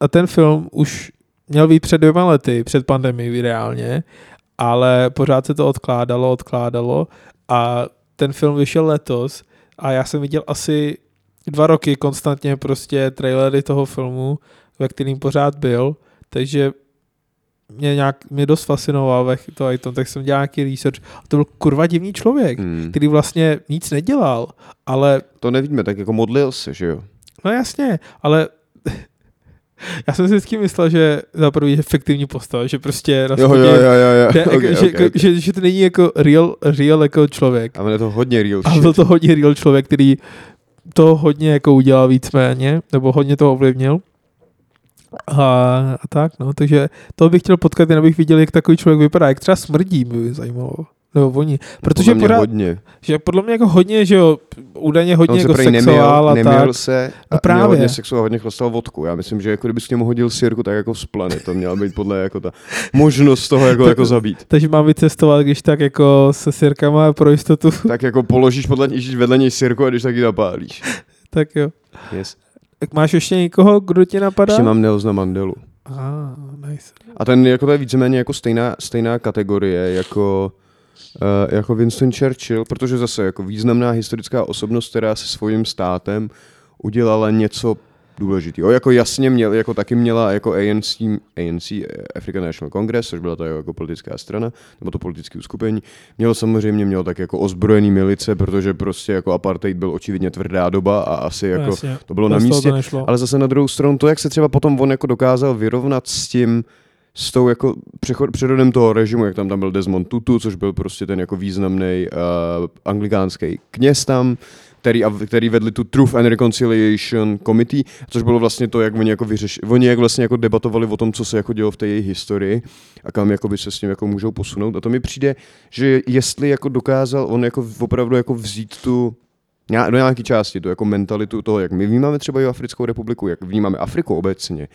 a ten film už měl být před dvěma lety, před pandemií reálně, ale pořád se to odkládalo, odkládalo a ten film vyšel letos a já jsem viděl asi dva roky konstantně prostě trailery toho filmu, ve kterým pořád byl, takže mě, nějak, mě dost fascinoval ve to i tom, tak jsem dělal nějaký research. A to byl kurva divný člověk,
Hmm.
který vlastně nic nedělal, ale,
To nevíme, tak jako modlil se, že jo?
no jasně, ale já jsem si vždycky myslel, že za prvý je fiktivní postava, že prostě na
Jo, jo,
schodě-
jo, jo, jo.
že,
Okay,
jako, že,
okay, okay.
Že, že, to není jako real, real jako člověk.
A on je to hodně real
A
shit.
byl to hodně real člověk, který to hodně jako udělal víceméně, nebo hodně to ovlivnil. A, a tak, no, takže to bych chtěl potkat, jen abych viděl, jak takový člověk vypadá, jak třeba smrdí, by mě zajímalo. Nebo voní.
Podle
Protože
mě
podle poda,
hodně.
že podle mě jako hodně, že jo, údajně hodně
on se
jako
prý
sexuál a tak.
neměl se a
No
právě. měl
právě.
hodně sexu a hodně chlastal vodku. Já myslím, že jako kdyby s němu hodil sirku, tak jako z planet. To měla být podle jako ta možnost toho jako,
To-
jako zabít.
Takže mám vycestovat, když tak jako se sirkama pro jistotu,
Tak jako položíš podle, ježíš vedle něj sirku a když tak ji napálíš.
tak jo.
Yes.
Tak máš ještě někoho, kdo tě napadá?
Ještě mám Nelsona Mandelu.
Ah, nice.
A ten jako to je víceméně jako stejná, stejná kategorie jako, eh, jako Winston Churchill, protože zase jako významná historická osobnost, která se svým státem udělala něco důležitého. Jako jasně měl, jako taky měla jako ANC, ANC eh, African National Congress, což byla ta jeho jako politická strana, nebo to politické uskupení. Mělo samozřejmě, mělo tak jako ozbrojený milice, protože prostě jako apartheid byl očividně tvrdá doba a asi jako
No jasně,
to bylo na
bez toho
místě.
To nešlo.
Ale zase na druhou stranu to, jak se třeba potom on jako dokázal vyrovnat s tím, s tou jako přechod, přerodem toho režimu, jak tam tam byl Desmond Tutu, což byl prostě ten jako významný uh, anglikánský kněz tam, který, a- který vedli tu Truth and Reconciliation Committee, což bylo vlastně to, jak oni jako vyřeš, oni jak vlastně jako debatovali o tom, co se jako dělo v té jejich historii a kam jako by se s tím jako můžou posunout. A to mi přijde, že jestli jako dokázal on jako opravdu jako vzít tu Ně- do nějaké části, tu jako mentalitu toho, jak my vnímáme třeba i Africkou republiku, jak vnímáme Afriku obecně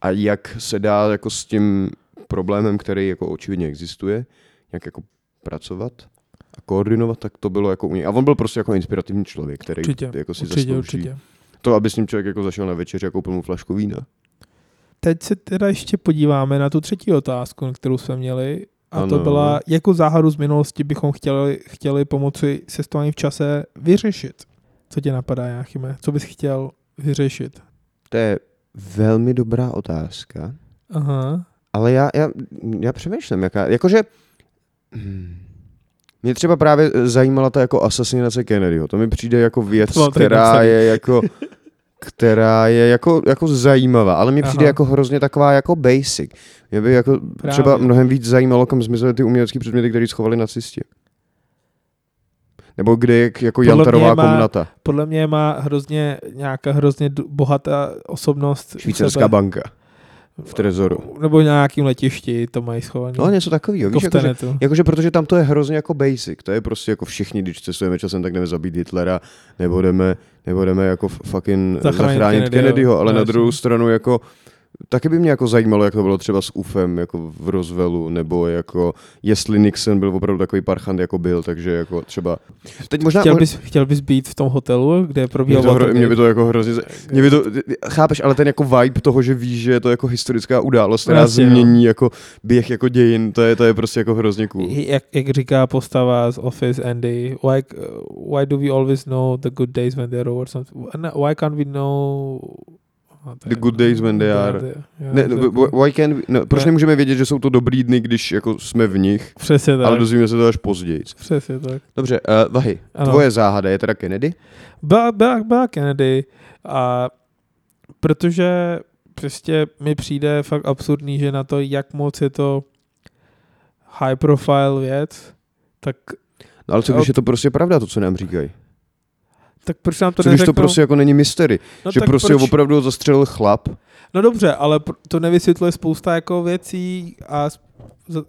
a jak se dá jako s tím problémem, který jako očividně existuje, jak jako pracovat a koordinovat, tak to bylo jako u něj. A on byl prostě jako inspirativní člověk, který
Určitě,
jako si
určitě,
zaslouží
určitě.
to, aby s ním člověk jako zašel na večeři jako plnou flašku vína.
Teď se teda ještě podíváme na tu třetí otázku, kterou jsme měli. A ano. to
Ano.
byla, jakou záhadu z minulosti bychom chtěli, chtěli pomoci cestování v čase vyřešit. Co tě napadá, Jáchyme? Co bys chtěl vyřešit?
To je velmi dobrá otázka.
Aha.
Ale já, já, já přemýšlím, jaká, jakože hmm, mě třeba právě zajímala ta jako asasinace Kennedyho. To mi přijde jako věc,
To mám tady
která
napsaný.
je jako která je jako, jako zajímavá, ale mi přijde
Aha.
jako hrozně taková jako basic. Mě by jako
Právě.
třeba mnohem víc zajímalo, kam zmizely ty umělecké předměty, které schovali nacisti. Nebo kde je k- jako
Podle mě
jantarová
má
komnata,
Podle mě má hrozně nějaká hrozně d- bohatá osobnost. u
švýcarská
sebe.
banka v trezoru.
Nebo na nějakým letišti to mají schované.
No něco takového,
jako
víš,
v
jakože
Tenetu.
Jakože protože tam to je hrozně jako basic, to je prostě jako všichni, když cestujeme časem, tak jdeme zabít Hitlera, nebo jdeme, nebo jdeme jako f- fucking
Zachránit
zachránit, zachránit
Kennedyho,
Kennedyho, ale
no
na
jasně.
druhou stranu jako Taky by mě jako zajímalo, jak to bylo třeba s UFem jako v rozvelu, nebo jako jestli Nixon byl opravdu takový parchant, jako byl, takže jako třeba... Teď možná...
Chtěl bys, chtěl bys být v tom hotelu, kde
mě,
probíhal
to, hro-
Watergate?
mě by to jako hrozně... z- Mě by to, chápeš, ale ten jako vibe toho, že víš, že je to jako historická událost, která
Jasně, no.
změní jako běh jako dějin, to je, to je prostě jako hrozně cool.
Jak, jak říká postava z Office Andy, why, uh, why do we always know the good days when they are over something? Ne, Why can't we know a to
The
je- jako
good days when they are.
yeah,
Ne, no,
exactly.
wh- why can't we, no, proč
Ne.
nemůžeme vědět, že jsou to dobrý dny, když jako jsme v nich,
Přesně tak.
ale dozvíme se to až později.
Přesně tak.
Dobře, uh, Vahy, ano.
Ano.
tvoje záhada je teda Kennedy?
Byla, byla, byla Kennedy a protože prostě mi přijde fakt absurdní, že na to, jak moc je to high profile věc, tak,
No ale co
A-
když je to prostě pravda, to, co nám říkají?
tak proč nám to
Co když to prostě jako není mystery?
no,
že
tak
prostě opravdu ho zastřelil chlap?
No dobře, ale pr- to nevysvětluje spousta jako věcí a s- z-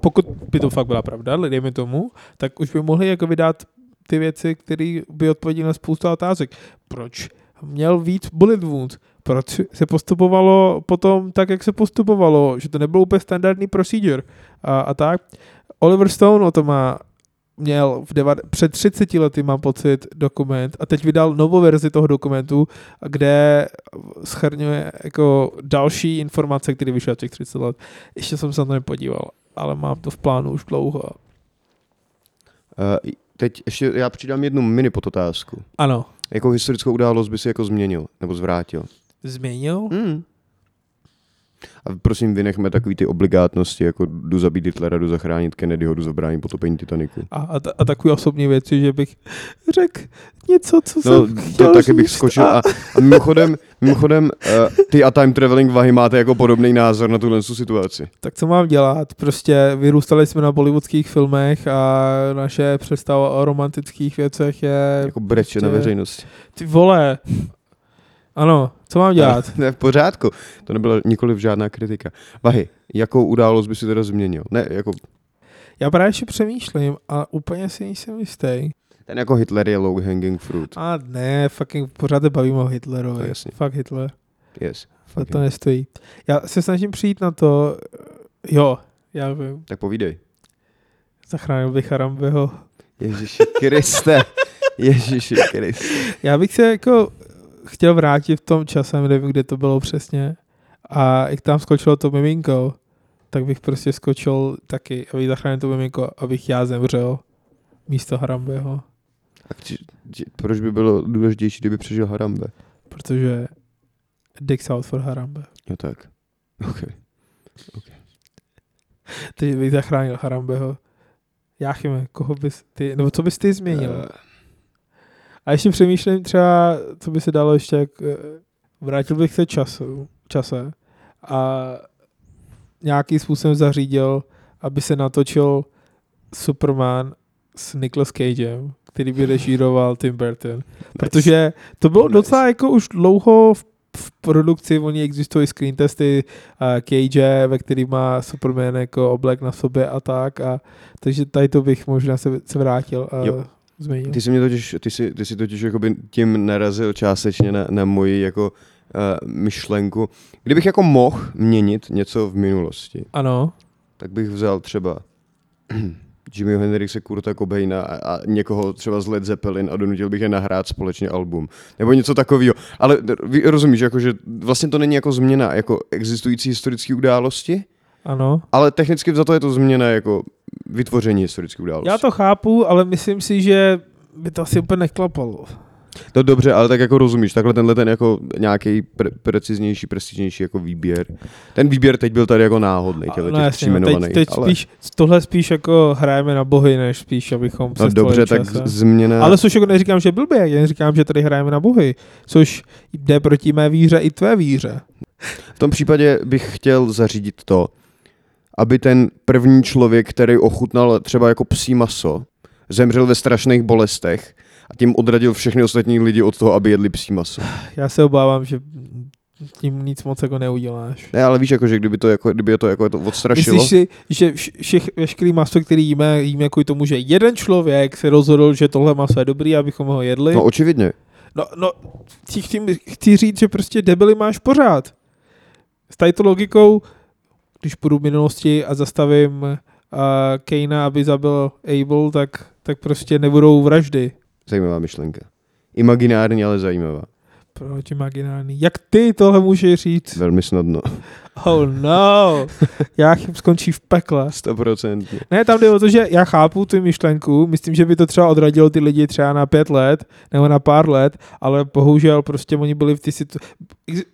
pokud by to fakt byla pravda, ale dejme tomu, tak už by mohli jako vydat ty věci, které by odpověděly na spousta otázek. Proč měl víc bullet wounds? Proč se postupovalo potom tak, jak se postupovalo? Že to nebylo úplně standardní procedure a, a tak. Oliver Stone o tom má měl v deva, před 30 lety, mám pocit, dokument a teď vydal novou verzi toho dokumentu, kde schrnuje jako další informace, které vyšly těch 30 let. Ještě jsem se na to nepodíval, ale mám to v plánu už dlouho.
Uh, teď ještě já přidám jednu mini podotázku.
Ano,
jako Jakou historickou událost by si jako změnil nebo zvrátil?
změnil?
Hmm. A prosím, vynechme takový ty obligátnosti, jako jdu zabít Hitlera, jdu zachránit Kennedyho, jdu zabránit potopení Titaniku.
A, a, ta- a takové osobní věci, že bych řekl něco, co
No,
jsem chtěl
to taky bych
říct
skočil. A, a mimochodem, mimochodem uh, ty a time traveling vahy máte jako podobný názor na tuhle situaci.
Tak co mám dělat? Prostě vyrůstali jsme na bollywoodských filmech a naše představa o romantických věcech je...
Jako breče na
Prostě-
veřejnosti.
Ty vole! Ano, co mám dělat?
Ne, v pořádku. To nebyla nikoliv žádná kritika. Vahy, jakou událost by si teda změnil? Ne, jako,
Já právě ještě přemýšlím a úplně si nejsem jistý.
ten jako Hitler je low hanging fruit.
A ne, fucking pořád se bavím o Hitlerovi.
To
To
je jasný.
Fakt Hitler.
Yes.
To,
fucking.
to nestojí. Já se snažím přijít na to, eh, jo, já vím,
Tak povídej.
zachránil bych Harambeho.
Ježíši Kriste. Ježíši Kriste.
Já bych se jako chtěl vrátit v tom časem, nevím, kde to bylo přesně. A jak tam skočilo to miminko, tak bych prostě skočil taky, abych zachránil to miminko, abych já zemřel místo Harambeho.
A či, či, proč by bylo důležitější, kdyby přežil Harambe?
Protože Dick out for Harambe.
Jo tak. Okay.
Ty bych zachránil Harambeho. Jáchyme, koho bys ty, nebo co bys ty změnil?
Eh,
A ještě přemýšlím třeba, co by se dalo ještě, jak, eh, vrátil bych se času, čase a nějakým způsobem zařídil, aby se natočil Superman s Nicolas Cagem, který by režíroval Tim Burton. Protože to bylo
Nice.
docela jako už dlouho v, v produkci, oni existují screen testy uh, Cage, ve který má Superman jako oblek na sobě a tak, a, takže tady to bych možná se, se vrátil a
Jo.
změnil.
Ty jsi, mě totiž, ty jsi, ty jsi totiž jakoby tím narazil částečně na, na moji jako uh, myšlenku. Kdybych jako mohl měnit něco v minulosti,
Ano.
tak bych vzal třeba Jimmy Hendrixe, Kurta Cobaina a, a někoho třeba z Led Zeppelin a donutil bych je nahrát společně album. Nebo něco takového. Ale d- vy rozumíš, jako, že vlastně to není jako změna jako existující historické události,
Ano.
ale technicky za to je to změna jako vytvoření historické události.
Já to chápu, ale myslím si, že by to asi úplně neklapalo.
To dobře, ale tak jako rozumíš, takhle tenhle ten jako nějaký pre- preciznější, prestižnější jako výběr. Ten výběr teď byl tady jako náhodný, těle těch
no jasně,
tří jmenovaných,
teď, teď
ale...
spíš, tohle spíš jako hrajeme na bohy, než spíš, abychom
No
přestali
dobře, tak
čase.
změna...
Ale což jako neříkám, že blbě, já neříkám, že tady hrajeme na bohy, což jde proti mé víře i tvé víře.
V tom případě bych chtěl zařídit to, aby ten první člověk, který ochutnal třeba jako psí maso, zemřel ve strašných bolestech a tím odradil všechny ostatní lidi od toho, aby jedli psí maso.
Já se obávám, že tím nic moc jako neuděláš.
Ne, ale víš, jako, že kdyby to, jako, kdyby je to, jako to odstrašilo,
Myslíš si, že vš- všech, veškerý maso, který jíme, jíme kvůli tomu, že jeden člověk se rozhodl, že tohle maso je dobrý, abychom ho jedli?
no očividně.
No, no chci, chci, chci říct, že prostě debily máš pořád. S tady to logikou, když půjdu v minulosti a zastavím uh, Kejna, aby zabil Abel, tak, tak prostě nebudou vraždy.
Zajímavá myšlenka. Imaginární, ale zajímavá.
Proč imaginární? Jak ty tohle můžeš říct?
Velmi snadno.
Oh no! Jáchym skončí v pekle.
Stoprocentně.
Ne, tam jde o to, že já chápu tu myšlenku, myslím, že by to třeba odradilo ty lidi třeba na pět let, nebo na pár let, ale bohužel prostě oni byli v ty situ...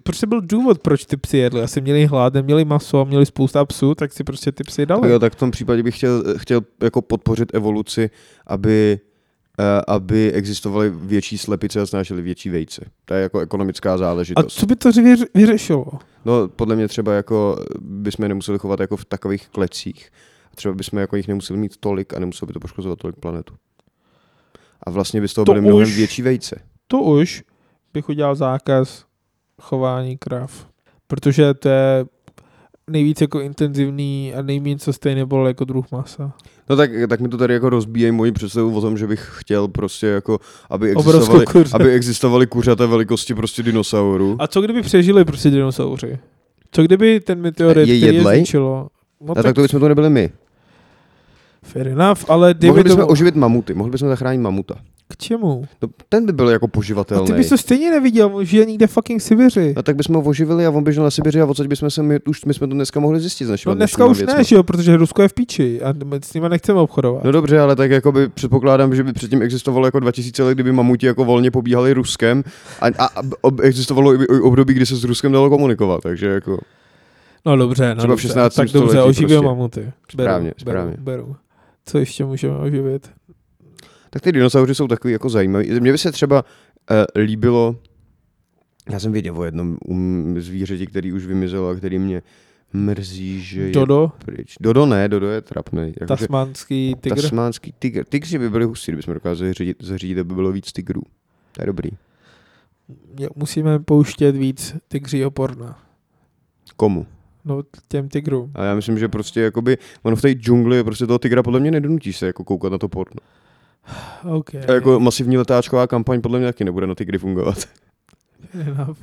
Prostě byl důvod, proč ty psy jedli, asi měli hlad, neměli maso, měli spousta psů, tak si prostě ty psy
Tak,
dali.
jo, tak v tom případě bych chtěl, chtěl jako podpořit evoluci, aby, eh, aby existovaly větší slepice a snášely větší vejce. To je jako ekonomická
A
záležitost.
co by to vyř- vyřešilo?
No, podle mě třeba jako bychom je nemuseli chovat jako v takových klecích. Třeba bychom jako jich nemuseli mít tolik a nemuselo by to poškozovat tolik planetu. A vlastně by z toho
To
byly mnohem
už-
větší vejce.
To už bych udělal zákaz chování krav, protože to je nejvíc jako intenzivní a nejméně sustainable jako druh masa.
No tak, tak mi to tady jako rozbíjejí moji představu o tom, že bych chtěl prostě jako, aby
Obrovskou
existovaly,
kuře.
aby existovaly kuřata velikosti prostě dinosaurů.
A co kdyby přežili prostě dinosauři? Co kdyby ten meteorit,
Je
je který je
jedlej?
zničilo? No
A tak to bychom to nebyli my.
fair enough, ale
Mohli
dejme
bychom
tomu, už...
oživit mamuty, mohli bychom zachránit mamuta.
k čemu?
No, ten by byl jako
A
poživatelný.
ty bys to stejně neviděl, on žije někde fucking v Sibiři.
No tak bychom ho oživili a on běžel na Sibiři a odsaď bychom se my, už my jsme to dneska mohli zjistit. s našima
No dneska
dnešníma
už
věcma.
ne, že jo, protože Rusko je v píči a my s nimi nechceme obchodovat.
No dobře, ale tak jakoby předpokládám, že by předtím existovalo jako 2000 let, kdyby mamuti jako volně pobíhali Ruskem a, a a ob, existovalo i i období, kdy se s Ruskem dalo komunikovat, takže jako
No dobře, no
Třeba v
dobře.
16.
tak dobře,
století
oživil
prostě.
mamuty.
Správně,
beru,
správně.
Beru, beru. Co ještě můžeme oživit?
Tak ty dinosauři jsou takový jako zajímavý. Mně by se třeba uh, líbilo, já jsem věděl o jednom um, zvířeti, který už vymizelo a který mě mrzí, že je
Dodo,
pryč. Dodo ne, Dodo je trapný.
tasmanský tygr.
Tasmánský tygr. Tygři by byli hustí, kdybychom dokázali zařídit, zařídit, aby bylo víc tygrů. To je dobrý.
Jo, Musíme pouštět víc tygřího porna.
Komu?
No těm tygrům.
A já myslím, že prostě jakoby, ono v té džungli prostě toho tygra podle mě nedonutíš se jako koukat na to porno.
OK.
A jako masivní letáčková kampaň podle mě taky nebude na tygry fungovat.
Enough.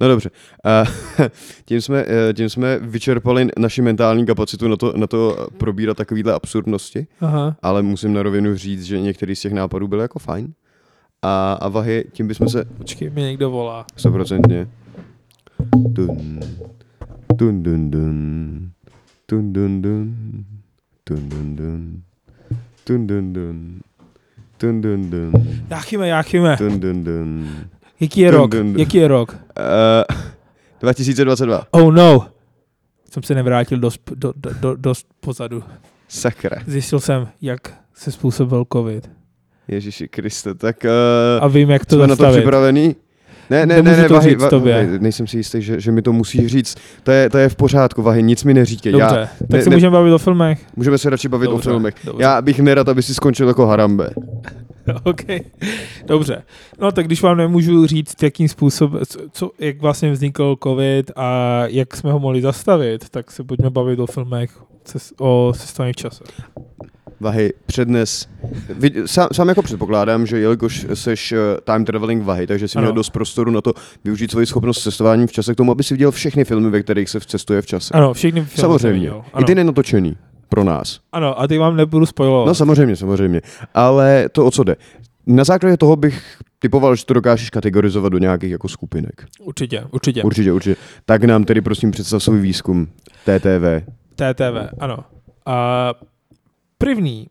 No dobře. A tím, jsme, eh, tím jsme vyčerpali naši mentální kapacitu na to, na to eh, probírat takovýhle absurdnosti,
Aha.
ale musím na rovinu říct, že některý z těch nápadů byl jako fajn. A, a vahy, tím bychom se
Počkej, mi někdo volá.
stoprocentně... Dun, dun, dun, dun, dun, dun, dun, dun, dun, dun, dun, dun, dun, dun, dun, dun,
Jáchyme, jáchyme.
dun, dun, dun.
Jaký je
Dun,
rok?
dun, dun.
Jaký je rok?
Eh, 2022.
Oh no. Jsem se nevrátil dost, do, do, do, dost pozadu.
Sakra.
Zjistil jsem, jak se způsobil covid.
Ježíši Kriste, tak uh,
A vím, jak to
jsme na to
zastavit.
připravený? Ne, ne,
To
ne,
můžu
ne,
to
Vahy,
říct tobě.
ne, nejsem si jistý, že, že mi to musí říct. To je, to je v pořádku, Vahy, nic mi neříkej.
Dobře,
Já,
tak
ne-
se
ne-
můžeme bavit o filmech.
můžeme se radši bavit o
Dobře,
filmech.
dobře.
Já bych nerad, aby si skončil jako Harambe.
OK, dobře. No tak když vám nemůžu říct, jakým způsobem, co- co, jak vlastně vznikl covid a jak jsme ho mohli zastavit, tak se pojďme bavit o filmech ces- o sestavě v čase.
Vahy, přednes. Vid- Sám, sám jako předpokládám, že jelikož seš eh, time traveling Vahy, takže si měl
Ano.
dost prostoru na to využít svoji schopnost cestování v čase k tomu, aby si viděl všechny filmy, ve kterých se cestuje v čase.
Ano, všechny filmy. jsem
Samozřejmě.
viděl.
I
Ano,
ty nenatočený pro nás.
ano, a ty vám nebudu spojovat.
No samozřejmě, samozřejmě. Ale to o co jde? Na základě toho bych typoval, že to dokážeš kategorizovat do nějakých jako skupinek.
určitě, určitě.
Určitě, určitě. Tak nám tedy prosím představ svůj výzkum TTV.
TTV, ano. A první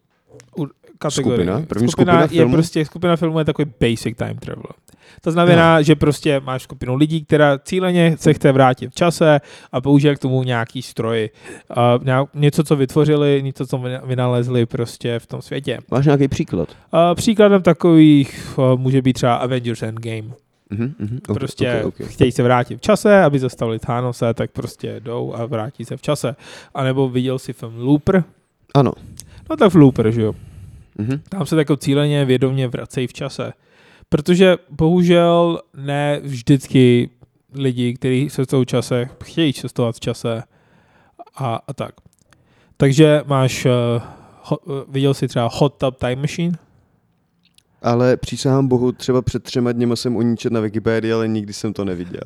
u- kategorie.
Skupina? První skupina
je
filmů?
prostě, skupina filmu je takový basic time travel. To
No.
znamená, že prostě máš skupinu lidí, která cíleně se chce vrátit v čase a použije k tomu nějaký stroj. A nějak- něco, co vytvořili, něco, co vyna- vynalezli prostě v tom světě.
Máš nějaký příklad?
A příkladem takových a může být třeba Avengers Endgame.
Mhm, mhm, ok,
Prostě
ok, ok.
chtějí se vrátit v čase, aby zastavili Thanose, tak prostě jdou a vrátí se v čase. A nebo viděl si film Looper,
Ano.
No tak v Looper, že jo.
Mhm.
Tam se tak jako cíleně vědomě vracejí v čase. Protože bohužel ne vždycky lidi, kteří se v čase, chtějí cestovat v čase a, a tak. Takže máš, uh, ho, eh, viděl jsi třeba Hot Tub Time Machine?
Ale přísahám bohu, třeba před třema dněma jsem o ní četl na Wikipedii, ale nikdy jsem to neviděl.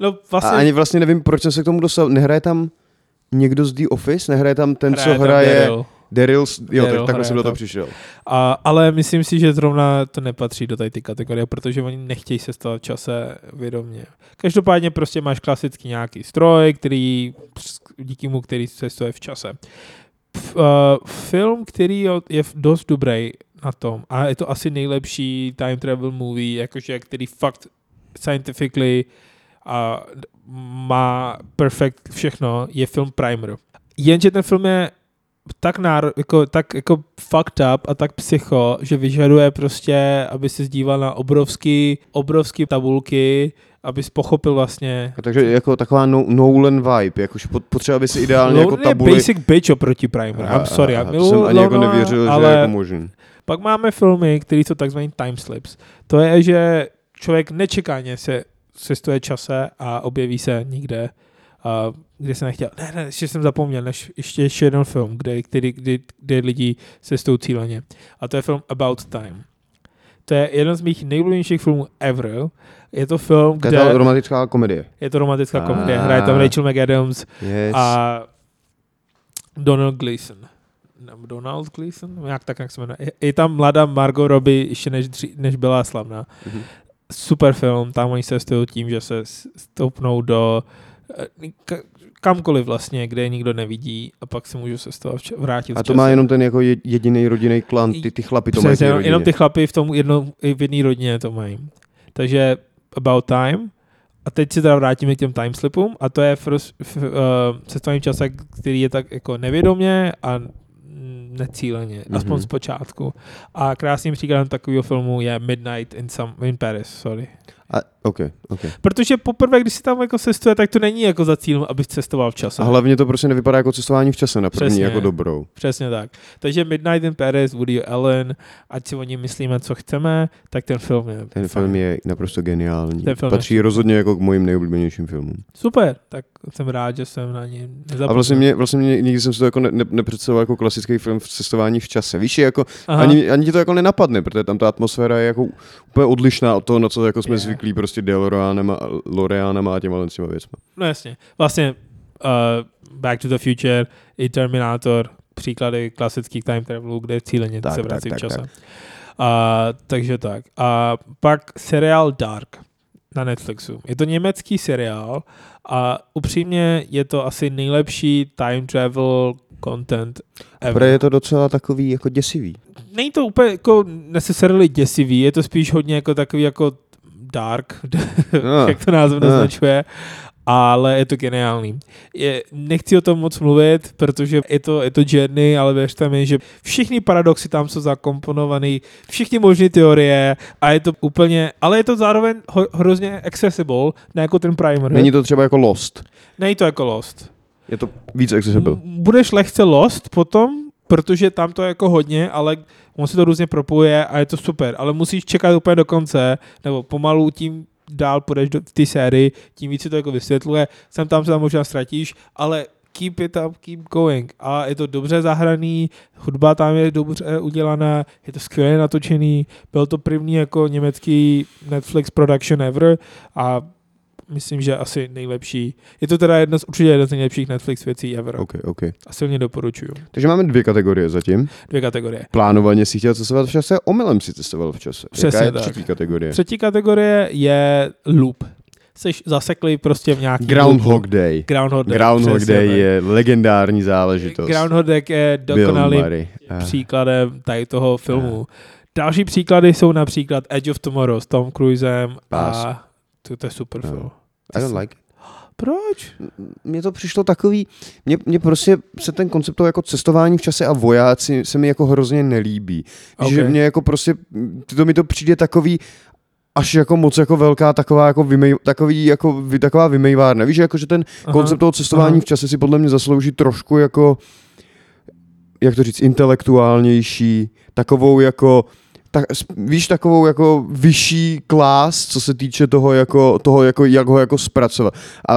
No
A
vlastně
ani vlastně nevím, proč jsem se k tomu dostal. Nehraje tam někdo z The Office? Nehraje tam ten,
hraje
co
tam
hraje...
Daryl.
Daryl, s- jo,
Daryl
tak, takhle
hraje
jsem do toho
to.
přišel.
A, ale myslím si, že zrovna to nepatří do tady ty kategorie, protože oni nechtějí se stát v čase vědomě. Každopádně prostě máš klasicky nějaký stroj, který, díky mu, který se stojí v čase. F, uh, film, který je- je dost dobrý na tom a je to asi nejlepší time travel movie, jakože který fakt scientifically a d- má perfekt všechno, je film Primer. Jenže ten film je tak, náro, jako, tak jako fucked up a tak psycho, že vyžaduje prostě, aby si zdíval na obrovský, obrovský tabulky, aby pochopil vlastně
A takže jako taková no, Nolan vibe, jakož pot- potřeba by si ideálně jako
Lorne je
tabuli...
basic bitch oproti Primer. I'm sorry, já
já jsem
miluju
ani jako
Lorna,
nevěřil, ale... že
ale
je jako možný.
pak máme filmy, které jsou takzvaný timeslips. To je, že člověk nečekáně se cestuje čase a objeví se někde, a kde se nechtěl. Ne, ne, ještě jsem zapomněl, než ještě, ještě jeden film, kde, který, kdy, kde lidi cestují cíleně. A to je film About Time. To je jeden z mých nejblíbenějších filmů ever. Je to film,
To je ta
kde
romantická komedie.
je to romantická
Ah.
komedie. Hraje tam Rachel McAdams,
Yes.
a Donald Gleason. Nebo Donald Gleason? Jak tak, jak se jmenuje. Je- Je tam mladá Margot Robbie, ještě než, dří, než byla slavná.
Mhm.
Super film, tam oni se styl tím, že se s- stoupnou do eh, ka- kamkoliv vlastně, kde je nikdo nevidí a pak se můžu se z toho vč- vrátit.
A
v
to
čase.
má jenom ten jako jediný rodinný klan, ty, ty chlapi to mají v
Přesně,
té
jenom,
rodině.
jenom ty chlapy v, tom jedno, v jedné rodině to mají. Takže About Time A teď se teda vrátíme k těm timeslipům a to je first, f, uh, cestování v čase, který je tak jako nevědomě a necíleně, mm-hmm. aspoň
Mhm.
zpočátku. A krásným příkladem takového filmu je Midnight in, some, in Paris, sorry.
A, OK, OK.
Protože poprvé, když si tam jako cestuje, tak to není jako za cílem, abys cestoval v čase.
A hlavně to prostě nevypadá jako cestování v čase na první,
Přesně.
jako dobrou.
Přesně tak. Takže Midnight in Paris, Woody Allen, ať si o ní myslíme, co chceme, tak ten film je
Ten
fajn.
film je naprosto geniální.
Ten film je-
Patří rozhodně jako k mojim nejoblíbenějším filmům.
Super, tak jsem rád, že jsem na něj nezapomněl.
A vlastně, mě, vlastně mě, nikdy jsem si to jako ne, ne, nepředstavoval jako klasický film v cestování v čase. Víš, je jako,
Aha.
ani, ani, ti to jako nenapadne, protože tam ta atmosféra je jako úplně odlišná od toho, na co jako jsme
Je.
zvyklí prostě Deloreanem a Loreanem a těma těma věcma.
No jasně. Vlastně uh, Back to the Future i Terminator, příklady klasických time travelů, kde cíleně
Tak,
se
tak,
vrací v
tak,
čase. A, takže tak. A pak seriál Dark na Netflixu. Je to německý seriál a upřímně je to asi nejlepší time travel content ever.
Pro je to docela takový jako děsivý.
Není to úplně jako necessarily děsivý, je to spíš hodně jako takový jako dark,
No.
jak to název
No.
naznačuje, ale je to geniální. Je, nechci o tom moc mluvit, protože je to, je to journey, ale věřte mi, že všichni paradoxy tam jsou zakomponovaný, všichni možné teorie a je to úplně, ale je to zároveň ho, hrozně accessible, ne jako ten primer.
Není to třeba jako Lost.
Není to jako Lost.
Je to víc accessible.
M- Budeš lehce lost potom, protože tam to je jako hodně, ale on se to různě propojuje a je to super, ale musíš čekat úplně do konce, nebo pomalu tím dál půjdeš do v té sérii, tím víc se to jako vysvětluje, sem tam se tam možná ztratíš, ale keep it up, keep going. A je to dobře zahraný, hudba tam je dobře udělaná, je to skvěle natočený, byl to první jako německý Netflix production ever a myslím, že asi nejlepší. Je to teda jedna z, určitě jeden z nejlepších Netflix věcí ever.
OK, OK.
A silně doporučuju.
Takže máme dvě kategorie zatím.
Dvě kategorie.
Plánovaně si chtěl cestovat v čase, omylem si cestoval v čase.
Přesně
Jaká je
tak.
třetí kategorie?
Třetí kategorie je loop. Jseš zasekli prostě v nějaký...
Groundhog Day.
Groundhog Day.
Groundhog
přesně
Day
tak.
je legendární záležitost.
Groundhog Day je dokonalým
Murray. A-
příkladem tady toho filmu. Další příklady jsou například Edge of Tomorrow s Tom Cruisem
Pás.
a to, to je super
No.
film.
I don't like. it.
Proč?
Mně to přišlo takový, mně, mně prostě se ten koncept toho jako cestování v čase a vojáci se mi jako hrozně nelíbí. Okay. Že
Ok.
mě jako prostě, m, to mi to přijde takový, až jako moc jako velká taková jako, vymej, takový, jako vy, taková vymejvárna. Víš, že jako že ten
Aha.
koncept toho cestování
aha.
v čase si podle mě zaslouží trošku jako, jak to říct, intelektuálnější, takovou jako, tak, víš, takovou jako vyšší klás, co se týče toho, jako, toho jako, jak ho jako zpracovat. A,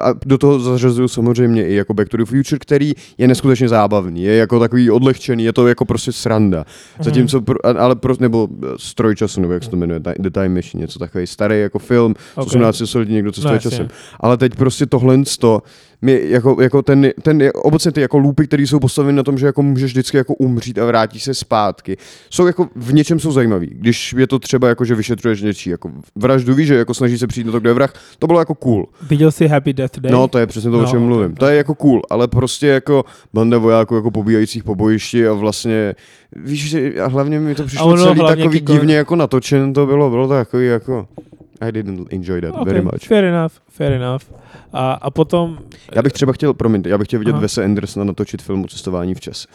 a do toho zařazuju samozřejmě i jako Back to the Future, který je neskutečně zábavný, je jako takový odlehčený, je to jako prostě sranda.
Mhm.
Zatímco, pro, a- ale pro, nebo eh, Stroj času, nebo jak se to jmenuje, Ti- The Time Machine, něco takový starý jako film,
Ok.
okay. 18 století někdo cestuje
No,
no,
jasně.
časem. Ale teď prostě tohle to, mě jako, jako ten, ten, obecně ty jako loopy, které jsou postaveny na tom, že jako můžeš vždycky jako umřít a vrátíš se zpátky, jsou jako v něčem jsou zajímavý. Když je to třeba jako, že vyšetřuješ něčí jako vraždu, víš, že jako snaží se přijít na to, kde je vrah, to bylo jako cool.
Viděl jsi Happy Death Day?
No, to je přesně to, o
No,
čem
ok,
mluvím. To je jako cool, ale prostě jako banda vojáků jako pobíjajících po bojišti a vlastně, víš, že a hlavně mi to přišlo
ono
celý
hlavně
takový
kiko-
divně jako natočen, to bylo, bylo to takový jako... I didn't enjoy that
Ok,
very much.
Fair enough, fair enough. A, a potom...
Já bych třeba chtěl, promiňte, já bych chtěl vidět
Aha.
Vese Andersona natočit film o cestování v čase.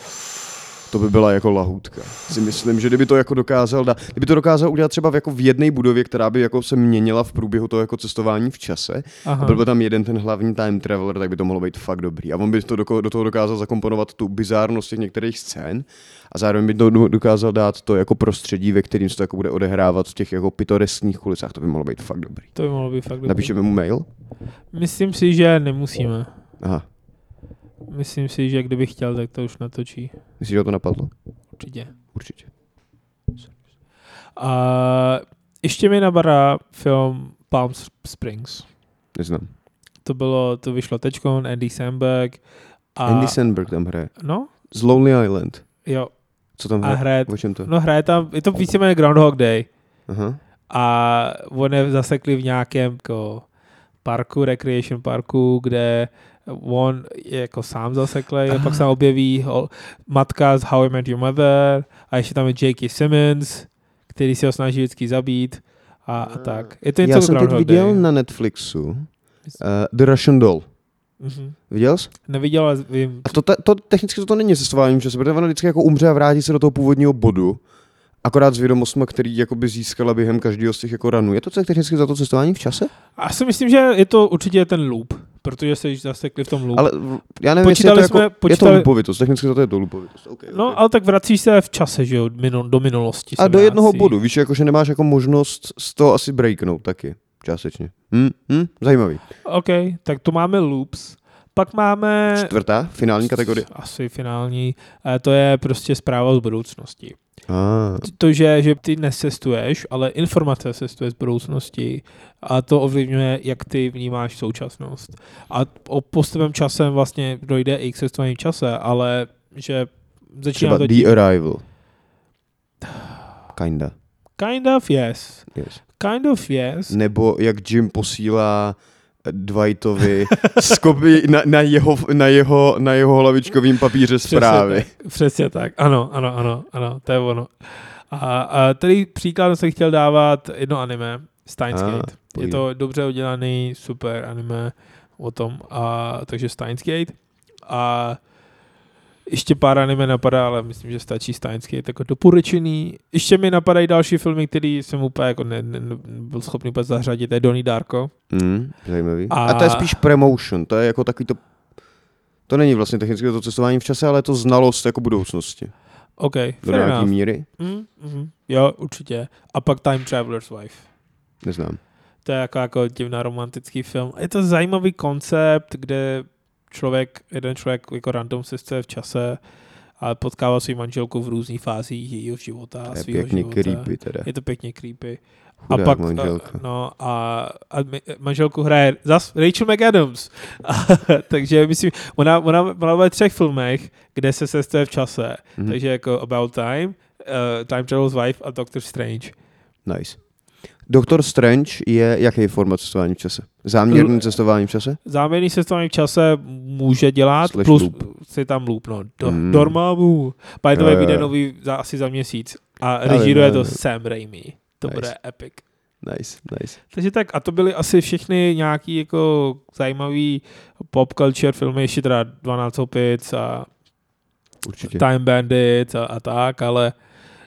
To by byla jako lahůdka. Si myslím, že kdyby to jako dokázal, dát, kdyby to dokázal udělat třeba v jako v jedné budově, která by jako se měnila v průběhu toho jako cestování v čase,
Aha.
a byl by tam jeden ten hlavní time traveler, tak by to mohlo být fakt dobrý. A on by to do, do toho dokázal zakomponovat tu bizárnost těch některých scén a zároveň by to do- dokázal dát to jako prostředí, ve kterým se to jako bude odehrávat v těch jako pitoreskních kulisách. To by mohlo být fakt dobrý.
To by mohlo být fakt dobrý.
Napíšeme mu mail?
Myslím si, že nemusíme.
Aha,
Myslím si, že kdyby chtěl, tak to už natočí.
myslíš, že ho to napadlo?
Určitě.
Určitě.
A ještě mi nabará film Palm Springs.
Neznám.
To bylo, to vyšlo tečkon, Andy Samberg. A,
Andy Sandberg tam hraje.
No,
Z Lonely Island.
jo.
Co tam
A
hraje?
hraje,
O čem to? je?
no hraje tam, je to víceméně Groundhog Day.
Aha.
a on je zasekli v nějakém jako parku, recreation parku, kde on je jako sám zaseklý a pak se tam objeví hol, matka z How I Met Your Mother a ještě tam je J.K. Simmons, který se ho snaží vždycky zabít a, a tak. Je to něco
Hmm. Já jsem teď
Groundhog
viděl
Day.
na Netflixu uh, The Russian Doll.
Mhm.
Viděl jsi?
Neviděl, ale vím.
A to, ta, to technicky to není cestování v čase, protože ono vždycky jako umře a vrátí se do toho původního bodu. Akorát s vědomostmi, který jakoby získala během každého z těch jako ranů. Je to tak technicky za to cestování v čase?
A si myslím, že je to určitě ten loop, protože se již zasekli v tom loop.
Ale v- já nevím, jestli je to,
Počítali
jako,
jsme-
jsme,
počítali-
je to lupovitost. Technicky za to je to lupovitost. Okay, okay.
No, ale tak vracíš se v čase, že jo, minu- do minulosti. se
A do
vrací.
jednoho bodu, víš, jakože nemáš jako možnost z toho asi breaknout taky, částečně. Hm, hm, zajímavý.
OK, tak to máme loops. Pak máme...
Čtvrtá, finální kategorie.
Asi finální. eh, To je prostě zpráva z budoucnosti.
Ah,
To, že, že ty nesestuješ, ale informace sestuje z budoucnosti a to ovlivňuje, jak ty vnímáš současnost. A o postupem časem vlastně dojde i k cestování v čase, ale že začíná
třeba E
to...
The Arrival. Kinda,
Kind of yes.
yes.
Kind of yes.
Nebo jak Jim posílá eh, Dwightovi skopy na, na, jeho, na, jeho, na jeho hlavičkovým papíře zprávy.
Přesně tak, přesně tak. Ano, ano, ano, ano, to je ono. A, a tady příkladem jsem chtěl dávat jedno anime, Steins
Ah,
Gate. Je
pojď.
to dobře udělaný, super anime o tom, a, takže Steins Gate. A ještě pár anime napadá, ale myslím, že stačí Steins Gate jako doporučený. Ještě mi napadají další filmy, které jsem úplně jako ne, ne, ne, byl schopný úplně zařadit. To je Donnie Darko.
Mm, zajímavý.
A-
A... a to je spíš promotion, to je jako takový to... To není vlastně technicky to cestování v čase, ale je to znalost jako budoucnosti.
OK,
Do
fair
nějaký
enough.
míry?
Mm, mm, jo, určitě. A pak Time Traveler's Wife.
Neznám.
To je jako, jako divná romantický film. Je to zajímavý koncept, kde člověk, jeden člověk jako random se chce v čase a potkává svou manželku v různých fázích jejího života a
To je
svého
pěkně
života.
creepy teda.
Je to pěkně creepy.
Chudák
a pak
manželka.
A, no a, a mi- manželku hraje zas Rachel McAdams. takže myslím, ona, ona, ona ve třech filmech, kde se sestuje v čase.
Mhm.
Takže jako About Time, uh, Time Travel's Wife a Doctor Strange.
Nice. Doktor Strange je jaký format cestování v čase? Záměrný cestování v čase?
záměrný cestování v čase může dělat,
Slash
plus
loop.
si tam loupnout. Do, mm.
Mm.
Dormammu. By the
Jo,
way,
jo,
vyjde
jo.
nový za, asi za měsíc. A
vím,
režíruje
já
to
vím.
Sam Raimi. To
Nice.
bude epic.
Nice, nice.
Takže tak, a to byly asi všechny nějaký jako zajímavý pop culture filmy, ještě teda 12 opic a
Určitě.
Time Bandit a, a tak, ale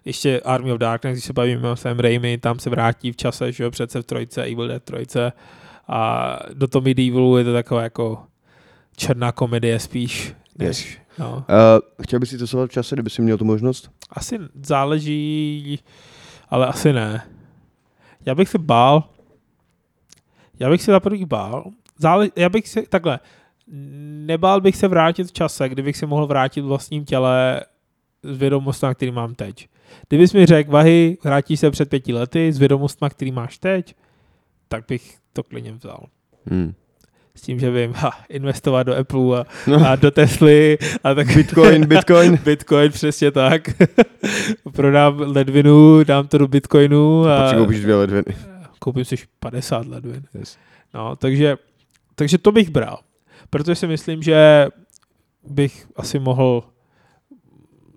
ještě Army of Darkness, když se bavíme o Sam Raimi, tam se vrátí v čase, že jo, přece v trojce, Evil Dead trojce a do toho medievalu je to taková jako černá komedie spíš. Než, yes. no.
Uh, chtěl bys si cestovat v čase, kdyby si měl tu možnost?
Asi záleží, ale asi ne. Já bych se bál, já bych se za prvý bál, zále, já bych se, takhle, nebál bych se vrátit v čase, kdybych se mohl vrátit v vlastním těle s vědomostmi, který mám teď. Kdybys mi řekl, Vahy, vrátíš se před pěti lety s vědomostmi, který máš teď, tak bych to klidně vzal.
Hmm.
S tím, že vím, ha, investovat do Apple a,
No.
a do Tesly a tak
Bitcoin, bitcoin.
Bitcoin, přesně tak. Prodám ledvinu, dám to do Bitcoinu a
Pak si koupíš dvě ledviny.
koupím si 50 ledvin.
Yes.
No, takže, takže to bych bral. Protože si myslím, že bych asi mohl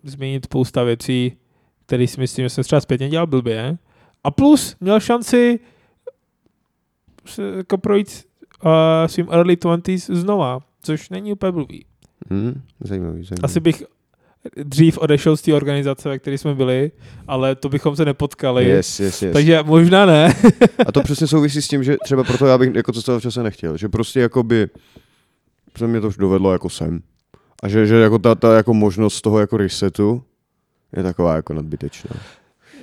změnit spousta věcí, které si myslím, že jsem třeba zpětně dělal blbě. A plus měl šanci se jako projít uh, svým early 20s znova, což není úplně blbý.
Hmm. Zajímavý, zajímavý.
Asi bych dřív odešel z té organizace, ve které jsme byli, ale to bychom se nepotkali.
Yes, yes, yes.
Takže možná ne.
A to přesně souvisí s tím, že třeba proto já bych jako cestovat v čase nechtěl. Že prostě jakoby, protože mě to už dovedlo jako sem. A že, že jako ta, ta jako možnost toho jako resetu je taková jako nadbytečná.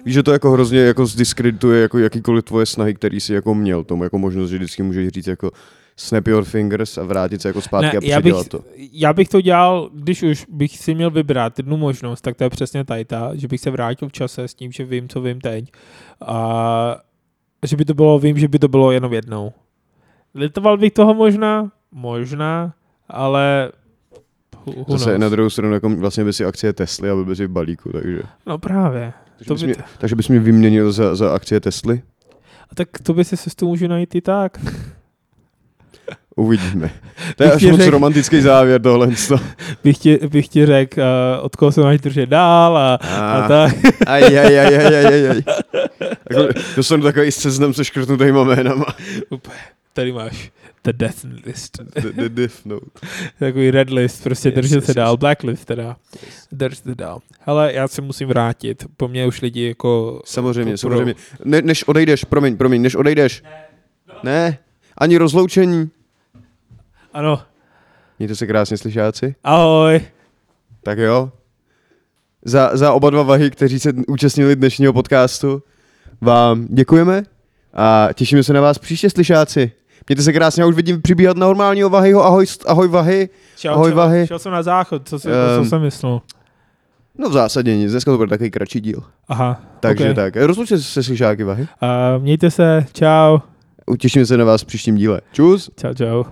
Víš, že to jako hrozně jako zdiskredituje jako jakýkoliv tvoje snahy, který jsi jako měl. Tomu jako možnost, že vždycky můžeš říct jako snap your fingers a vrátit se jako zpátky a
já, bych,
předělat to.
já bych to dělal, když už bych si měl vybrat jednu možnost, tak to je přesně tady ta, že bych se vrátil v čase s tím, že vím, co vím teď. A že by to bylo, vím, že by to bylo jenom jednou. Litoval bych toho možná, možná, ale who, who
Zase
knows.
na druhou stranu jako vlastně by si akcie Tesly a byl by si v balíku, takže.
No právě.
Takže,
To
bys,
by
mě, takže bys mě vyměnil za, za akcie Tesly?
A tak to by si se s tím můžu najít i tak.
Uvidíme. To je
Bych
až
ti
moc
řekl-
romantický závěr tohle. co.
Bych ti, bych ti řekl, eh, od koho se máš držet dál a, a
Ah.
tak.
Aj, aj, aj, aj, aj, aj, aj. Jako, dostanu takový seznam se škrtnutýma jménama.
Úplně. Tady máš the death list.
The, the diff note.
Takový red list, prostě
Yes,
yes, držet
yes,
yes, se
yes.
dál, black list teda. Drž se dál. Hele, já se musím vrátit. Po mně už lidi jako...
Samozřejmě,
Pro-
samozřejmě. Ne, než odejdeš, promiň, promiň, než odejdeš. Ne. ne. Ani rozloučení.
Ano,
Mějte se krásně, slyšáci.
ahoj.
Tak jo. Za, za oba dva vahy, kteří se účastnili dnešního podcastu, vám děkujeme a těšíme se na vás příště, slyšáci. Mějte se krásně, já už vidím přibíhat na normálního vahyho. Ahoj, st- ahoj vahy.
Čau,
Ahoj,
čau.
Vahy.
Šel jsem na záchod, co, jsi,
Ehm.
co jsem myslel.
No v zásadě nic, dneska to bude takový kratší díl.
Aha,
Takže
okay.
okay. tak, rozlučte se se slyšáky vahy.
A Eh, mějte se, čau.
Utěším se na vás v příštím díle. Čus.
Čau, čau.